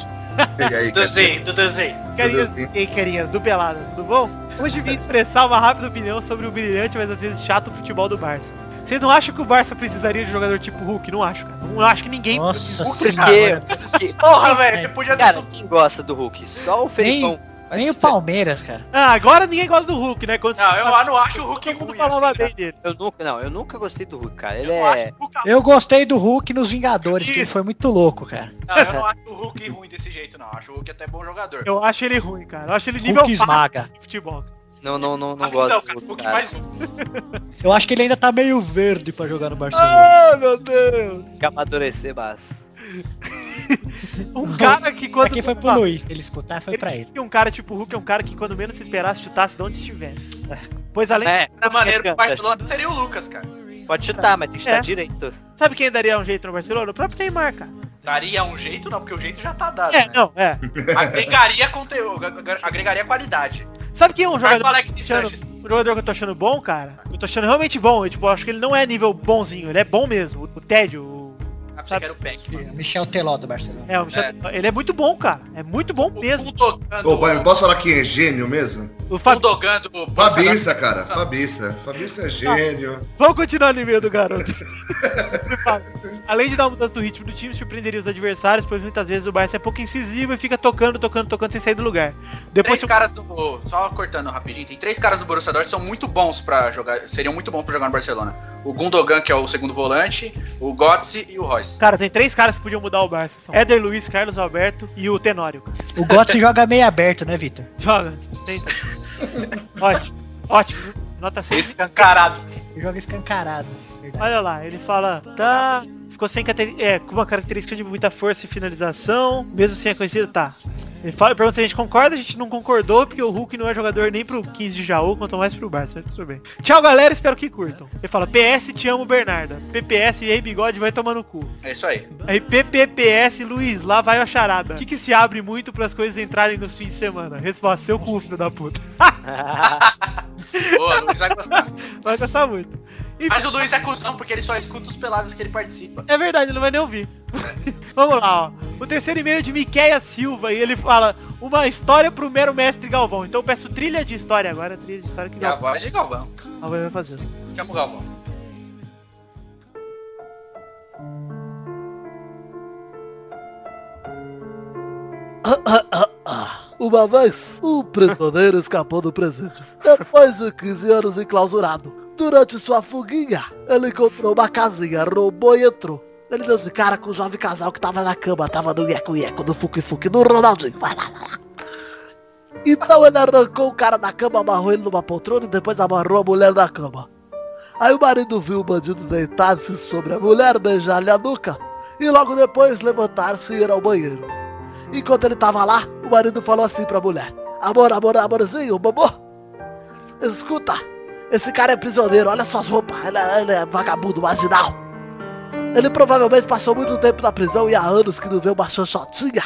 S7: Pega aí, cara.
S6: do desenho.
S1: Carinhas,
S6: assim.
S7: Deus, hein?
S1: ei, carinhas, do Pelada, tudo bom? Hoje vim expressar uma rápida opinião sobre o brilhante, mas às vezes chato futebol do Barça. Vocês não acham que o Barça precisaria de jogador tipo Hulk? Não acho, cara. Não acho que ninguém...
S8: Nossa
S2: Porque.
S8: senhora.
S2: porque-
S6: Porra, velho, você podia ter...
S2: Cara, quem gosta do Hulk? Só o Felipão.
S8: Nem o Palmeiras, cara.
S1: Ah, agora ninguém gosta do Hulk, né? Quando
S6: Não, eu não acho o Hulk
S1: Todo mundo
S6: ruim,
S1: falava
S6: assim, né?
S1: bem dele.
S2: Eu nunca, não, eu nunca gostei do Hulk, cara. Ele
S6: Eu
S2: é.
S6: acho o Hulk-
S8: Eu gostei do Hulk nos Vingadores, que ele
S1: Isso.
S8: foi muito louco, cara.
S6: não, eu não acho o Hulk ruim desse jeito, não. Acho o Hulk até bom jogador.
S1: Eu acho ele ruim, cara. Eu acho ele nível
S8: Hulk
S1: baixo
S8: esmaga.
S1: de futebol.
S2: Não, não, não, não
S6: Mas
S2: gosto
S6: então,
S2: do
S6: cara,
S2: Hulk,
S6: o Hulk
S2: cara.
S6: mais um.
S8: Eu acho que ele ainda tá meio verde pra jogar no Barcelona.
S1: Oh, meu Deus!
S2: Tem que amadurecer, mas.
S1: Um cara que quando...
S8: Aqui É foi pro Luiz. Se ele escutar, foi
S1: Ele
S8: pra ele.
S1: disse que um cara tipo Hulk é um cara que quando menos se esperasse, chutasse de onde estivesse. Pois além...
S2: É,
S6: Era maneiro pro
S2: Lucas.
S6: Barcelona seria o Lucas, cara.
S2: pode chutar, mas tem que chutar
S1: É.
S2: direito.
S1: Sabe quem daria um jeito no Barcelona? O próprio Neymar, cara.
S6: Daria um jeito, não, porque o jeito já tá dado.
S1: É,
S6: né?
S1: não, é.
S6: Agregaria conteúdo, ag- agregaria qualidade.
S1: Sabe quem é um
S6: Mas
S1: jogador,
S6: fala
S1: que
S6: que
S1: eu tô
S6: se
S1: achando, um jogador que eu tô achando bom, cara? Eu tô achando realmente bom. Eu, tipo, acho que ele não é nível bonzinho. Ele é bom mesmo. O Tédio, o...
S6: Ah, você
S1: Sabe-
S6: quer o Peck, mano.
S8: Michel Teló do Barcelona.
S1: É, o Michel... Ele é muito bom, cara. É muito bom
S6: O
S1: mesmo.
S6: Budogan
S7: Ô,
S6: do-
S7: Bairro, posso falar quem é gênio mesmo?
S1: O Fab...
S6: Budogan do
S7: Fabiça,
S1: Ah.
S7: cara. Fabiça. Fabiça é gênio.
S1: Vamos continuar no e-mail do garoto. Ele fala, Além de dar uma mudança do ritmo do time, surpreenderia os adversários, pois muitas vezes o Barça é pouco incisivo e fica tocando, tocando, tocando sem sair do lugar. Depois
S6: Três
S1: se o
S6: caras do... Só cortando rapidinho. Tem três caras do Borussia Dortmund que são muito bons pra jogar... Seriam muito bons pra jogar no Barcelona. O Gundogan, que é o segundo volante, o Götze e o Royce.
S1: Cara, tem três caras que podiam mudar o Barça. São Éder Luiz, Carlos Alberto e o Tenório. cara.
S8: O Götze joga meio aberto, né, Vitor?
S1: Joga. Tem- ótimo. Ótimo. Nota 6.
S6: é Escancarado.
S8: Ele Joga escancarado. verdade.
S1: Olha lá, ele fala, tá... Ficou sem cateri- é, com uma característica de muita força e finalização, mesmo sem a conhecida, tá. Ele fala, pergunta se a gente concorda, a gente não concordou, porque o Hulk não é jogador nem pro 15 de Jaú, quanto mais pro Barça, mas tudo bem. Tchau, galera, espero que curtam. Ele fala, PS, te amo, Bernarda. PPS, e aí, bigode, vai tomar no cu.
S6: É isso aí.
S1: Aí PPPS Luiz, lá vai a charada. O que, que se abre muito pras coisas entrarem no fim de semana? Resposta, seu cu, filho da puta.
S6: Boa, o Luiz vai gostar.
S1: Vai gostar muito.
S6: Mas o Luiz é cuzão porque ele só escuta os pelados que ele participa.
S1: É verdade, ele não vai nem ouvir. Vamos lá, ó. O terceiro e-mail é de Miqueia Silva e ele fala uma história pro mero mestre Galvão. Então eu peço trilha de história agora, trilha de história que
S6: E a
S1: Galvão
S6: voz de Galvão.
S1: Galvão vai fazer.
S6: Chama o Galvão.
S5: Uma vez, um prisioneiro escapou do presídio. Depois de 15 anos enclausurado, durante sua fuguinha, ele encontrou uma casinha, roubou e entrou. Ele deu de cara com o jovem casal que tava na cama, tava no Yeco-Yeco, no Fuki-Fuki, no Ronaldinho. Vai lá, vai lá. Então ele arrancou o cara da cama, amarrou ele numa poltrona e depois amarrou a mulher na cama. Aí o marido viu o bandido deitar-se sobre a mulher, beijar-lhe a nuca e logo depois levantar-se e ir ao banheiro. Enquanto ele tava lá, o marido falou assim pra mulher. Amor, amor, amorzinho, bobo. Escuta, esse cara é prisioneiro, olha suas roupas, ele, é- ele é vagabundo, marginal. Ele provavelmente passou muito tempo na prisão e há anos que não vê uma xoxotinha.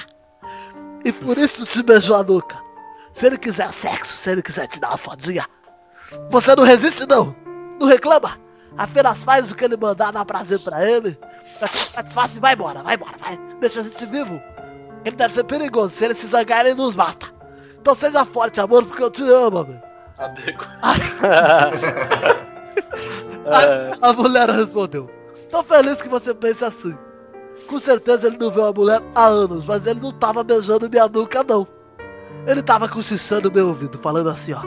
S5: E por isso te beijou a nuca. Se ele quiser sexo, se ele quiser te dar uma fodinha, você não resiste não. Não reclama. Apenas faz o que ele mandar, dá prazer pra ele. Satisfaz e vai embora, vai embora, vai. Deixa a gente vivo. Ele deve ser perigoso. Se ele se zangar, ele nos mata. Então seja forte, amor, porque eu te amo, amigo. A mulher respondeu. Tô feliz que você pense assim. Com certeza ele não viu a mulher há anos, mas ele não tava beijando minha nuca, não. Ele tava cochichando meu ouvido, falando assim, ó.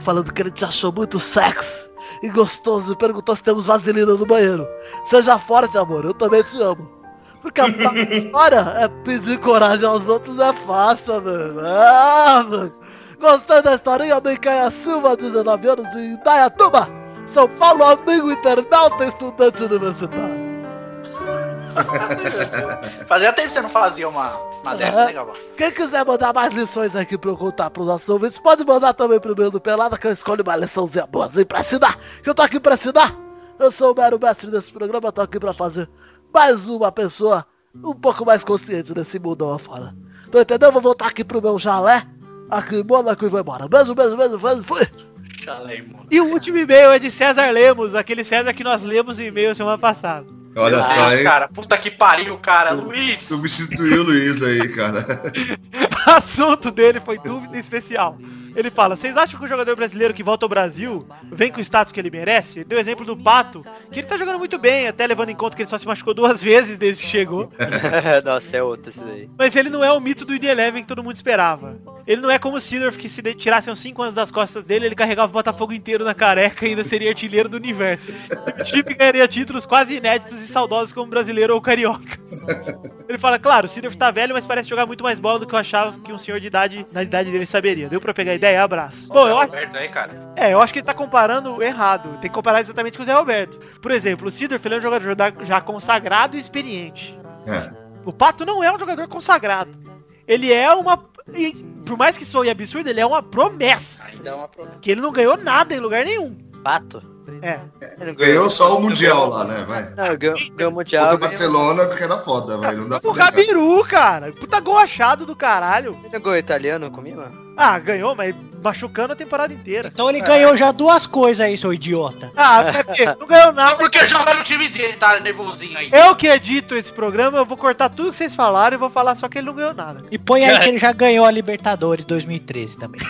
S5: Falando que ele te achou muito sexy e gostoso e perguntou se temos vaselina no banheiro. Seja forte, amor, eu também te amo. Porque a pa- história é pedir coragem aos outros é fácil, mano. Ah, mano. Gostei da historinha, Micaia É Silva, 19 anos, de Itaiatuba, São Paulo, amigo internauta, estudante universitário.
S6: Fazia tempo que você não fazia uma, uma dessa,
S5: Aham.
S6: né, Galvão?
S5: Quem quiser mandar mais lições aqui pra eu contar pros nossos ouvintes, pode mandar também pro meu do Pelada, que eu escolho uma liçãozinha boazinha pra ensinar, que eu tô aqui pra ensinar. Eu sou o mero mestre desse programa, tô aqui pra fazer mais uma pessoa um pouco mais consciente desse mundão afora. Tô entendendo? Vou voltar aqui pro meu chalé, aqui em Mônaco e vou embora. Beijo, beijo, beijo, beijo, fui!
S1: E o último e-mail é de César Lemos, aquele César que nós lemos o e-mail semana passada.
S7: Olha
S6: Meu
S7: só,
S1: é,
S6: Deus,
S7: hein?
S6: Ah, cara, puta que pariu, cara. Luiz,
S7: Substituiu o Luiz aí, cara.
S1: O assunto dele foi dúvida especial. Ele fala, vocês acham que o jogador brasileiro que volta ao Brasil vem com o status que ele merece? Ele deu o exemplo do Pato, que ele tá jogando muito bem, até levando em conta que ele só se machucou duas vezes desde que chegou.
S2: Nossa, é outro isso daí.
S1: Mas ele não é o mito do Indy Eleven que todo mundo esperava. Ele não é como o Sidorf, que se de- tirassem os 5 anos das costas dele, ele carregava o Botafogo inteiro na careca e ainda seria artilheiro do universo. E o Chip ganharia títulos quase inéditos e saudosos como brasileiro ou carioca. Ele fala, claro, o Sidorf tá velho, mas parece jogar muito mais bola do que eu achava que um senhor de idade, na idade dele, saberia. Deu pra pegar a ideia? Abraço. Bom, eu acho...
S6: Roberto aí, cara.
S1: É, eu acho que ele tá comparando errado. Tem que comparar exatamente com o Zé Roberto. Por exemplo, o Sidorf ele é um jogador da- já consagrado e experiente.
S7: É.
S1: O Pato não é um jogador consagrado. Ele é uma. e, por mais que soe absurdo, ele é uma promessa.
S6: Ainda é uma promessa.
S1: Que ele não ganhou nada em lugar nenhum.
S2: Pato?
S1: É.
S7: Ganhou só o Mundial lá, né? Vai.
S2: Não, ganhou, ganhou o Mundial.
S7: Contra
S2: ganhou-
S7: o Barcelona, que era foda, velho. Não dá
S1: O
S7: pra
S1: Gabiru, cara. Puta gol achado do caralho.
S2: Ele ganhou é italiano comigo?
S1: Ah, ganhou, mas machucando a temporada inteira.
S8: Então ele ganhou já duas coisas aí, seu idiota.
S1: Ah, Pepe, não ganhou nada.
S6: Porque joga no time dele, tá nervosinho aí.
S1: Eu que edito esse programa, eu vou cortar tudo que vocês falaram e vou falar só que ele não ganhou nada.
S8: E põe aí
S12: é
S8: que ele já ganhou a Libertadores 2013 também.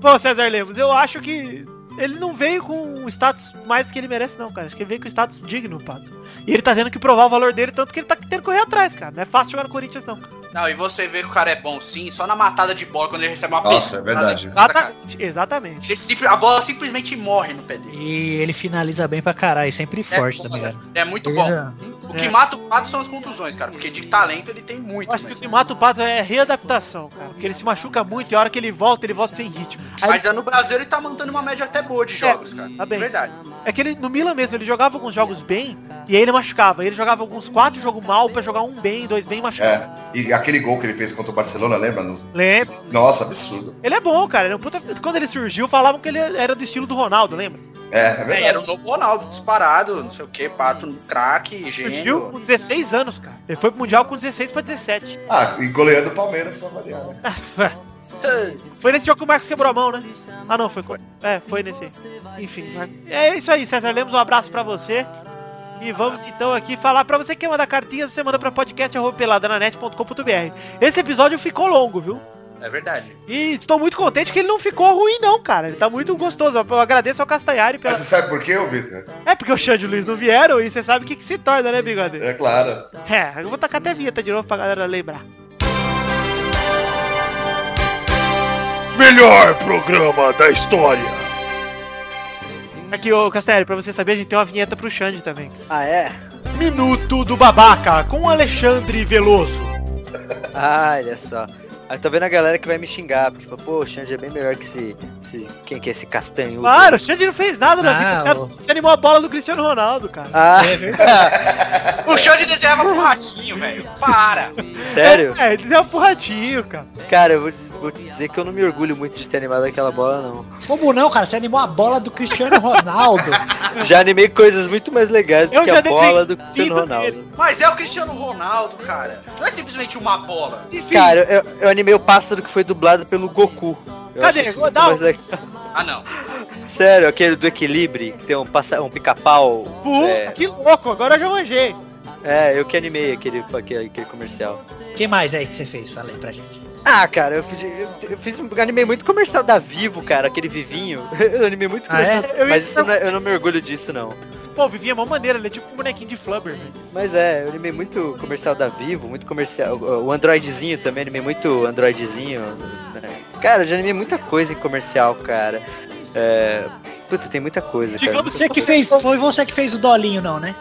S1: Bom, César Lemos, eu acho que ele não veio com um status mais do que ele merece, não, cara. Acho que ele veio com um status digno, Pato. E ele tá tendo que provar o valor dele, tanto que ele tá tendo que correr atrás, cara. Não é fácil jogar no Corinthians, não.
S6: Não, e você vê que o cara é bom sim, só na matada de bola quando ele recebe uma
S7: Nossa, é verdade.
S6: Nada, cara.
S1: Exatamente. exatamente.
S6: Ele simp- a bola simplesmente morre no pé dele.
S8: E ele finaliza bem pra caralho, sempre forte
S6: bom,
S8: também, né? cara.
S1: né?
S6: É muito
S8: Ele
S6: bom.
S8: já-
S6: O que mata o pato são as contusões, cara. Porque de talento ele tem muito.
S1: é. Eu acho que o
S6: mas-
S1: que mata o Pato é readaptação, cara. Porque ele se machuca muito e a hora que ele volta, ele volta sem ritmo. Aí
S6: Mas é no Brasil ele tá mantendo uma média até boa de jogos, cara.
S1: tá bem.
S6: Verdade.
S1: É que ele, no Milan mesmo, ele jogava alguns jogos bem e aí ele machucava. Ele jogava alguns quatro jogos mal pra jogar um bem, dois bem e machucava.
S7: É. E aquele gol que ele fez contra o Barcelona, lembra? No-
S1: Lembra?
S7: Nossa, absurdo.
S1: Ele é bom, cara. Ele é um puta... Quando ele surgiu, falavam que ele era do estilo do Ronaldo, lembra?
S7: É, é
S6: É,
S7: verdade.
S6: era o novo Ronaldo, disparado, não sei o que, pato, craque,
S1: Surgiu
S6: gênio.
S1: com 16 anos, cara. Ele foi pro Mundial com 16 pra 17.
S7: Ah, e goleando o Palmeiras pra variar, né?
S1: Foi nesse jogo que o Marcos quebrou a mão, né? Ah não, foi. co- É, foi nesse. aí. Enfim, mas- é isso aí, César Lemos, um abraço pra você. E vamos então aqui falar pra você que quer mandar cartinha, você manda pra podcast@peladananet.com.br. Esse episódio ficou longo, viu?
S6: É verdade.
S1: E estou muito contente que ele não ficou ruim não, cara. Ele tá muito gostoso. Eu agradeço ao Castanhari pela
S7: Mas você sabe por quê, ô Vitor?
S1: É porque o Xande e o Luiz não vieram e você sabe o que que se torna, né, bigode?
S7: É claro.
S1: É, eu vou tacar até a vinheta de novo pra galera lembrar.
S12: Melhor programa da história.
S1: Aqui, ô Castanheira, pra você saber, a gente tem uma vinheta pro Xande também.
S2: Ah, é?
S13: Minuto do Babaca, com Alexandre Veloso.
S2: Ah, olha só. Eu tô vendo a galera que vai me xingar, porque fala, pô, o Xande é bem melhor que esse. esse- quem que é esse castanho?
S1: Claro, o Xande não fez nada na vida. você- Você animou a bola do Cristiano Ronaldo, cara.
S2: Ah.
S6: O Xande desenhava pro ratinho, velho. Para.
S2: Sério?
S1: É, ele deu um porradinho, cara.
S2: Cara, eu vou, te- vou te dizer que eu não me orgulho muito de ter animado aquela bola, não.
S8: Como não, cara? Você animou a bola do Cristiano Ronaldo.
S2: Já animei coisas muito mais legais do
S8: Eu
S2: que
S8: já
S2: a bola do
S8: defendi
S2: Cristiano Ronaldo.
S6: Mas é o Cristiano Ronaldo, cara. Não é simplesmente uma bola. Enfim.
S2: Cara, eu, eu animei o pássaro que foi dublado pelo Goku. Eu
S6: Cadê?
S2: acho isso
S6: Vou
S2: muito
S6: dar
S2: mais
S6: um-
S2: legal.
S6: Ah, não.
S2: Sério, aquele do equilíbrio, que tem um, passa- um pica-pau.
S1: Puta, que louco, agora eu já manjei.
S2: É, eu que animei aquele, aquele, aquele comercial.
S8: que mais aí que você fez? Fala aí pra gente.
S2: Ah, cara, eu fiz, eu, eu fiz um- animei muito comercial da Vivo, cara, aquele vivinho. Eu animei muito
S1: Ah, é?
S2: comercial,
S1: Eu ia
S2: mas isso não é- eu não me orgulho disso, não.
S1: Pô, Vivinha é mó maneira, ele é tipo um bonequinho de flubber. né?
S2: Mas é, eu animei muito comercial da Vivo, muito comercial. O o Androidzinho também, animei muito Androidzinho. né? Cara, eu já animei muita coisa em comercial, cara. É... Puta, tem muita coisa, cara.
S8: Digamos
S2: Muita
S8: você é que
S2: coisa.
S8: fez, foi você que fez o dolinho, não, né?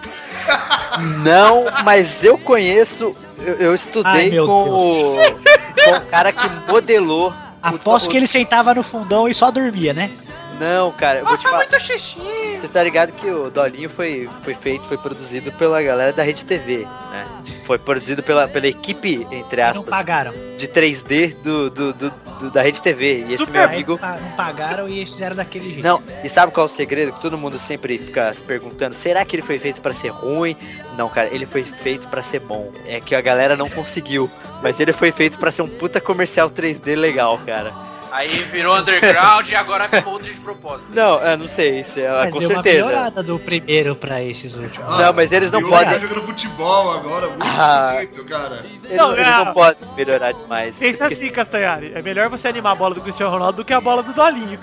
S2: Não, mas eu conheço, eu, eu estudei
S8: Ai, meu
S2: com o, com o cara que modelou.
S8: Aposto que ele sentava no fundão e só dormia, né?
S2: Não, cara, eu vou te falar.
S6: Muito xixi.
S2: Você tá ligado que o Dolinho foi, foi feito, foi produzido pela galera da Rede TV, né? Foi produzido pela, pela equipe, entre aspas.
S8: pagaram.
S2: De 3D do, do, do- do- da Rede TV. E esse meu
S8: Aí
S2: amigo.
S8: pa- Não pagaram e eles fizeram daquele jeito.
S2: Não, e sabe qual é o segredo que todo mundo sempre fica se perguntando? Será que ele foi feito pra ser ruim? Não, cara, ele foi feito pra ser bom. É que a galera não conseguiu, mas ele foi feito pra ser um puta comercial 3D legal, cara.
S6: Aí virou underground e agora acabou de propósito.
S2: Não, eu não sei, isso é,
S8: Mas
S2: com
S8: deu uma
S2: certeza.
S8: melhorada do primeiro pra esses últimos.
S2: Não, mas eles não
S7: E o Lula
S2: podem.
S7: tá jogando futebol agora, muito
S2: Ah.
S7: bonito, cara.
S2: Eles não, eles não tá- podem melhorar demais.
S1: Pensa assim, Castanhari. É melhor você animar a bola do Cristiano Ronaldo do que a bola do Dolinho.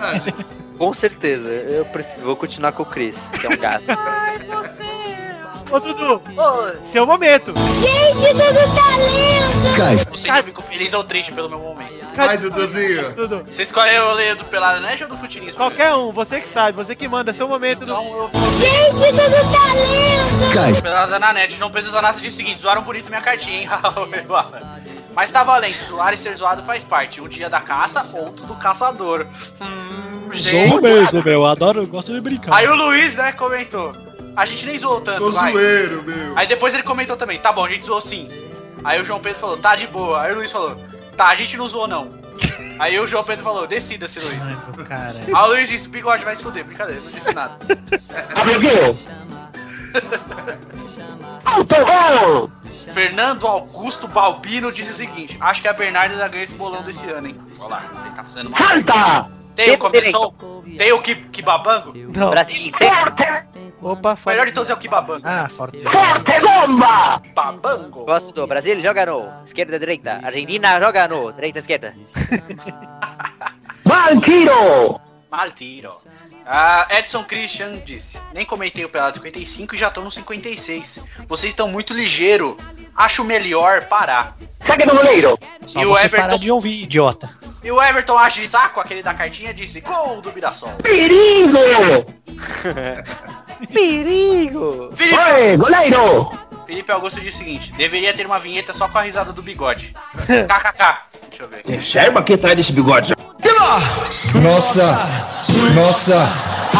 S7: Ah,
S2: Com certeza, eu prefiro- vou continuar com o Chris, que é um gato.
S1: Ô, Dudu, seu momento.
S10: Gente, tudo tá lindo!
S6: Não sei se eu fico feliz ou triste pelo meu momento.
S1: Vai,
S7: Duduzinho.
S1: Dudu.
S6: Você escolheu o leio do Pelado Nerd ou do Futilismo? Então,
S1: Qualquer um, você que sabe, você que manda, seu momento.
S10: Gente, tudo tá lindo!
S6: Guys. Pelada Zananete, João Pedro Zanato disse o seguinte, zoaram bonito minha cartinha, hein? Mas tá valendo, zoar e ser zoado faz parte. Um dia da caça, outro do caçador. Hum,
S13: Sou
S6: gente.
S13: mesmo, meu. Adoro, eu gosto de brincar.
S6: Aí o Luiz, né, comentou. A gente nem zoou tanto,
S7: Sou
S6: vai.
S7: zoeiro, meu.
S6: Aí depois ele comentou também, tá bom, a gente zoou sim. Aí o João Pedro falou, tá de boa. Aí o Luiz falou, tá, a gente não zoou não. Aí o João Pedro falou, decida-se, Luiz.
S8: Cara.
S6: Aí o Luiz disse, bigode vai se fuder, brincadeira, não disse nada. Fernando Augusto Balbino diz o seguinte, acho que a Bernarda ganha esse bolão desse ano, hein? Olha lá, ele tá fazendo uma...
S1: Falta!
S6: Tem o começou... Tem o que, que babango?
S1: Não.
S2: Brasil.
S1: Opa,
S6: O melhor de todos é o que babango.
S8: Ah, forte.
S2: Forte bomba!
S6: Babango!
S2: Gosto do Brasil, joga no esquerda, direita. Argentina, joga no direita, esquerda. Banquiro!
S6: Mal tiro. Ah, Edson Christian disse, nem comentei o Pelado 55 e já estão no 56. Vocês estão muito ligeiro. Acho melhor parar.
S8: Saca do goleiro! Só
S6: E o
S8: você
S6: Everton-
S8: parar de ouvir, idiota.
S6: E o Everton Agisaco, aquele da cartinha, disse, gol do Mirassol.
S8: Perigo!
S2: Perigo!
S6: Felipe-
S8: goleiro!
S6: Felipe Augusto disse o seguinte, deveria ter uma vinheta só com a risada do bigode. KKK. Deixa eu ver.
S14: Tem Sherman aqui atrás desse bigode. Nossa! Nossa!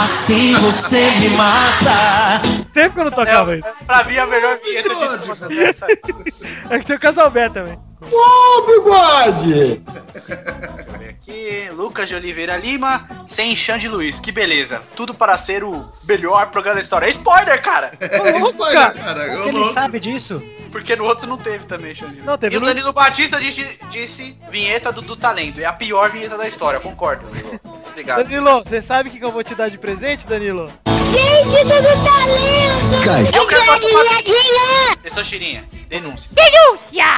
S6: Assim você me mata.
S1: Tempo que eu não tocava isso.
S6: É, Pra mim a melhor vinheta de todas essa.
S1: É que tem o Casalbé também.
S14: Ô, bigode!
S6: Aqui, Lucas de Oliveira Lima, sem Xande Luiz. Que beleza. Tudo para ser o melhor programa da história. É spoiler, cara.
S7: Ô, louco, cara. É cara,
S8: Como que ele sabe disso?
S6: Porque no outro não teve também, Xande.
S8: Não, teve
S6: e o
S8: no-
S6: Danilo Batista disse, disse vinheta do, do talento. É a pior vinheta da história, concordo. Danilo. Obrigado.
S1: Danilo, você sabe o que que eu vou te dar de presente, Danilo?
S10: Gente, tudo tá lindo!
S1: Guys.
S10: Eu quero
S6: Eu sou Chirinha. Denúncia.
S11: Denúncia!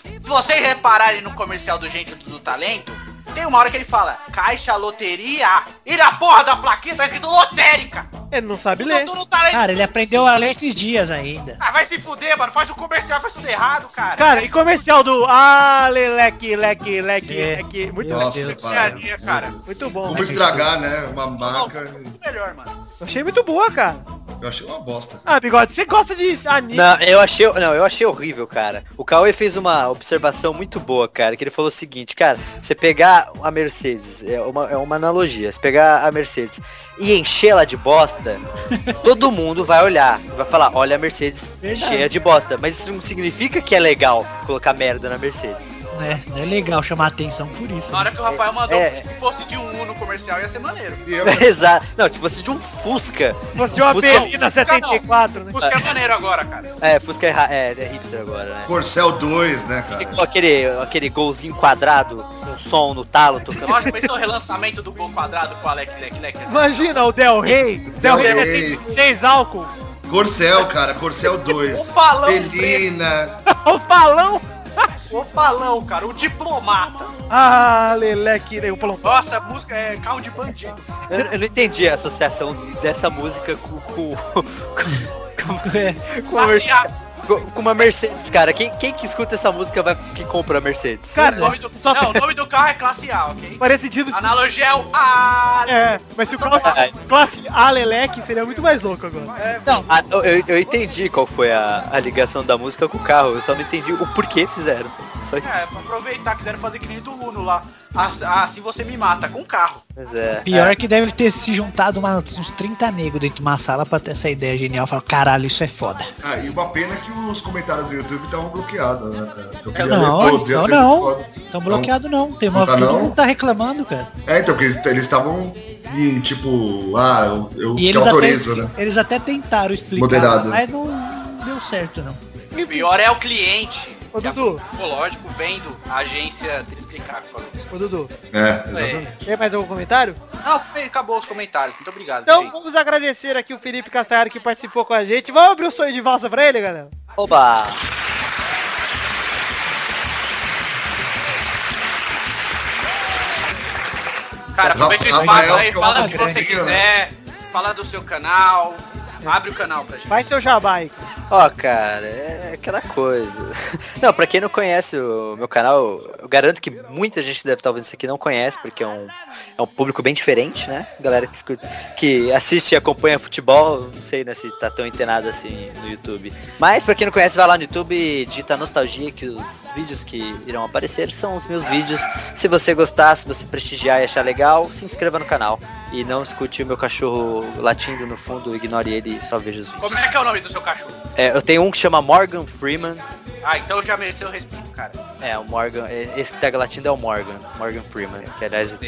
S6: Se vocês repararem no comercial do Gente do Talento, Tem uma hora que ele fala, caixa loteria. E na porra da plaquinha tá escrito lotérica. Então
S1: Ele não sabe
S6: ler.
S8: Cara, ele aprendeu a ler esses dias ainda.
S6: Ah, vai se fuder, mano. Faz o comercial, faz tudo errado, cara.
S1: Cara, e comercial do Ah, leque, leque, leque,
S13: É.
S1: leque. Muito
S7: Nossa,
S1: bom.
S7: cara.
S6: Piadinha, cara.
S1: Muito bom.
S7: Como estragar, né? Uma marca.
S6: Melhor, mano.
S1: Eu achei muito boa, cara.
S7: Eu achei uma bosta.
S1: Ah, bigode, você gosta de anime?
S2: Não, eu achei, não, eu achei horrível, cara. O Cauê fez uma observação muito boa, cara, que ele falou o seguinte, cara, você pegar a Mercedes, é uma, é uma analogia, você pegar a Mercedes e encher ela de bosta, todo mundo vai olhar, vai falar, olha a Mercedes
S8: Verdade.
S2: cheia de bosta. Mas isso não significa que é legal colocar merda na Mercedes.
S8: É, não é legal chamar atenção por isso.
S6: Na hora que o Rafael mandou,
S2: É.
S6: se fosse de um no comercial, ia ser maneiro.
S7: É
S2: Exato. Não, se fosse de um Fusca.
S1: Fosse de uma
S2: Fusca é um-
S1: Berlina 74, né?
S6: Fusca é maneiro agora, cara.
S2: É, Fusca é, ra- é, é hipster agora, né?
S7: Corcel 2, né, cara?
S2: Ficou aquele, aquele golzinho quadrado, com som no talo, tocando.
S6: Lógico, pensou o relançamento do gol quadrado com o né, Alec Lec Lec.
S1: Imagina o Del Rey. Del Rey
S7: Del Rey.
S1: 76 álcool.
S7: Corcel, cara, Corcel 2.
S8: Um
S6: O balão
S7: Belina.
S1: o balão.
S6: O balão, cara, o diplomata.
S1: Ah, leleque, né? O balão.
S6: Nossa, a música é carro de bandido.
S2: Eu, eu não entendi a associação dessa música com, com, com, com- com a Merce- com- com uma Mercedes, cara. Quem, quem que escuta essa música vai que compra a Mercedes?
S1: Cara,
S6: O nome do, não, o nome do carro é classe A, ok?
S1: Parecido.
S6: Analogia é o A.
S1: É, mas se o Klaus
S2: Ah,
S1: classe A leleque, seria muito mais louco agora.
S2: Ah, eu- eu, eu entendi qual foi a, a ligação da música com o carro, eu só não entendi o porquê fizeram. Só
S6: É,
S2: isso.
S6: pra aproveitar, quiseram fazer que nem do Uno lá. Ah, ah, se você me mata, com carro.
S2: Mas é.
S8: Pior
S2: é.
S8: que deve ter se juntado uma- uns 30 negros dentro de uma sala pra ter essa ideia genial. Falar, caralho, isso é foda.
S7: Ah, e uma pena que os comentários do YouTube estavam bloqueados, né, cara? Eu queria
S8: Não,
S7: ler todos, ia
S8: então
S7: ser muito
S8: não.
S7: foda.
S8: Tão bloqueado não. Tem uma
S7: Não tá
S8: todo
S7: não?
S8: mundo tá reclamando, cara.
S7: É, então, porque eles eles estavam em, tipo, ah, eu, eu
S8: E
S7: que
S8: eles até,
S7: autorizo, né?
S8: eles até tentaram explicar,
S7: Moderado.
S8: mas não deu certo não.
S6: O pior é o cliente.
S1: Ô, Dudu.
S6: O lógico, vendo a agência ter explicado. falou isso.
S1: Ô, Dudu.
S7: É,
S6: exatamente.
S1: Tem mais algum comentário?
S6: Não, fe- acabou os comentários. Muito obrigado.
S1: Então
S6: gente.
S1: vamos agradecer aqui o Felipe Castanhari que participou com a gente. Vamos abrir o sonho de valsa pra ele, galera?
S2: Oba!
S6: Cara, aproveita o
S7: Rafael
S6: espaço aí,
S7: Fiorentino,
S6: fala o que você
S7: né?
S6: quiser, fala do seu canal, abre o canal pra gente.
S1: Vai seu jabá aí.
S2: Ó, cara, é aquela coisa. Não, pra quem não conhece o meu canal, eu garanto que muita gente que deve estar ouvindo isso aqui não conhece, porque é um, é um público bem diferente, né? Galera que, escuta, que assiste e acompanha futebol, não sei né, se tá tão antenado assim no YouTube. Mas pra quem não conhece, vai lá no YouTube e digita Nostalgia, que os vídeos que irão aparecer são os meus vídeos. Se você gostar, se você prestigiar e achar legal, se inscreva no canal. E não escute o meu cachorro latindo no fundo, ignore ele e só veja os vídeos.
S6: Como é que é o nome do seu cachorro?
S2: É, eu tenho um que chama Morgan Freeman.
S6: Ah, então eu já mereceu o respeito, cara.
S2: É, o Morgan. é- Esse que tá latindo é o Morgan. Morgan Freeman. Que aliás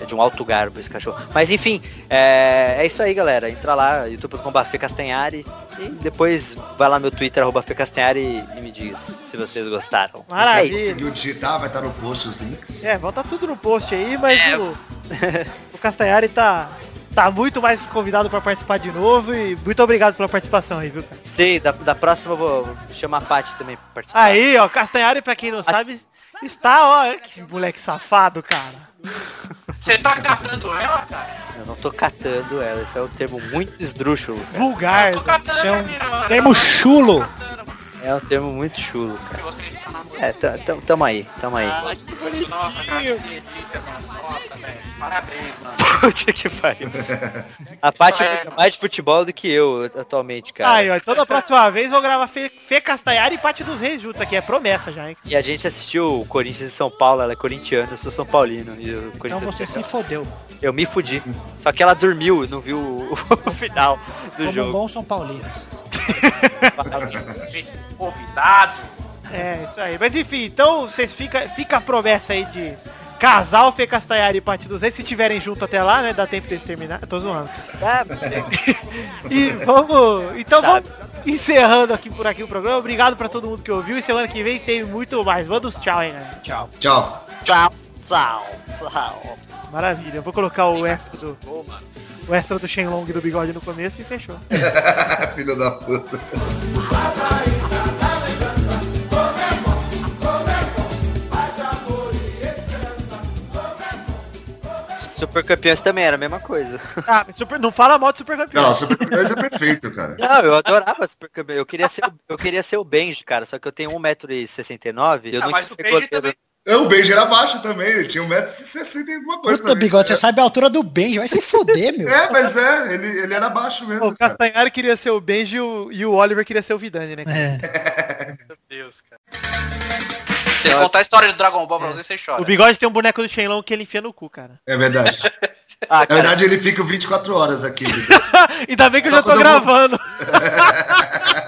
S2: é de um alto garbo esse cachorro. Mas enfim, é, é isso aí, galera. Entra lá, youtube.com.br Fê Castanhari. E depois vai lá no meu Twitter, arroba Fê Castanhari, e me diz se vocês gostaram.
S7: Se
S1: Maravilha.
S7: você conseguiu digitar, vai estar no post os links.
S1: É, volta tudo no post aí, mas o, o Castanhari tá, tá muito mais que convidado pra participar de novo e muito obrigado pela participação aí, viu, cara?
S2: Sei, é da, da próxima eu vou vou chamar a Paty também pra participar.
S1: Aí, ó, Castanhari, pra quem não sabe, está, ó, que moleque safado, cara.
S6: Você tá catando ela, cara?
S2: Eu não tô catando ela, esse é um termo muito esdrúxulo, cara.
S1: Vulgar,
S8: Termo chulo.
S2: É um termo muito chulo, cara.
S6: Você está namorando.
S2: É, tá- tam- tamo aí, tamo aí.
S6: Ah, que bonitinho. Nossa, cara, que delícia, mano. Nossa, velho. Parabéns, mano.
S2: Puta que pariu. A Paty é mais de futebol do que eu atualmente, cara.
S8: Ah,
S1: Aí, ó, então da próxima vez eu gravo Fê, Fê Castanhari e Pati dos Reis juntos aqui, é promessa já, hein?
S2: E a gente assistiu o Corinthians e São Paulo, ela é corintiana, eu sou São Paulino. E o
S8: Então
S2: Corinthians
S8: você se
S2: perdeu.
S8: fodeu.
S2: Eu me fudi. Só que ela dormiu e não viu o, o final do
S8: Como um
S2: jogo.
S8: bom São Paulino.
S6: Convidado.
S1: É, isso aí. Mas enfim, então vocês fica, fica a promessa aí de casal Fê Castanhari e Pati dos Reis, se tiverem junto até lá, né, dá tempo deles terminar. Tô zoando.
S2: Ah,
S1: E vamos. Então
S2: Sabe.
S1: vamos encerrando aqui por aqui o programa. Obrigado pra todo mundo que ouviu. E semana que vem tem muito mais. Manda uns tchau aí, né? galera.
S6: Tchau.
S7: Tchau.
S2: Tchau, tchau, tchau.
S1: Tipo, Maravilha. Eu vou colocar o extra do. O extra do Shenlong do bigode no começo e fechou.
S7: Filho da puta.
S2: Super Campeões também era a mesma coisa.
S1: Ah, mas super, não fala mal de Super Campeões.
S7: Não, Super Campeões é perfeito, cara.
S2: Não, eu adorava Super Campeões. Eu queria ser, o- eu queria ser o Benji, cara, só que eu tenho 1,69m. Eu
S6: Tá,
S7: Ah,
S2: não
S7: mas
S2: quis
S7: o
S2: ser
S7: Benji
S2: goleiro.
S7: É, o Benji era baixo também, ele tinha 1,60m e alguma coisa
S8: Puta,
S7: também.
S8: bigode, é você sabe a altura do Benji, vai se fuder, meu.
S7: É, mas é, ele, ele era baixo mesmo.
S1: O Castanhari queria ser o Benji e o- e o Oliver queria ser o Vidani, né? cara?
S6: Meu Deus, cara. Se eu contar a história do Dragon Ball pra você, você chora.
S1: O Bigode tem um boneco do Shenlong que ele enfia no cu, cara.
S7: É verdade.
S2: Ah,
S7: Na verdade, ele fica 24 horas aqui.
S1: Ainda bem que eu
S7: Só
S1: já tô
S7: quando eu vou-
S1: gravando.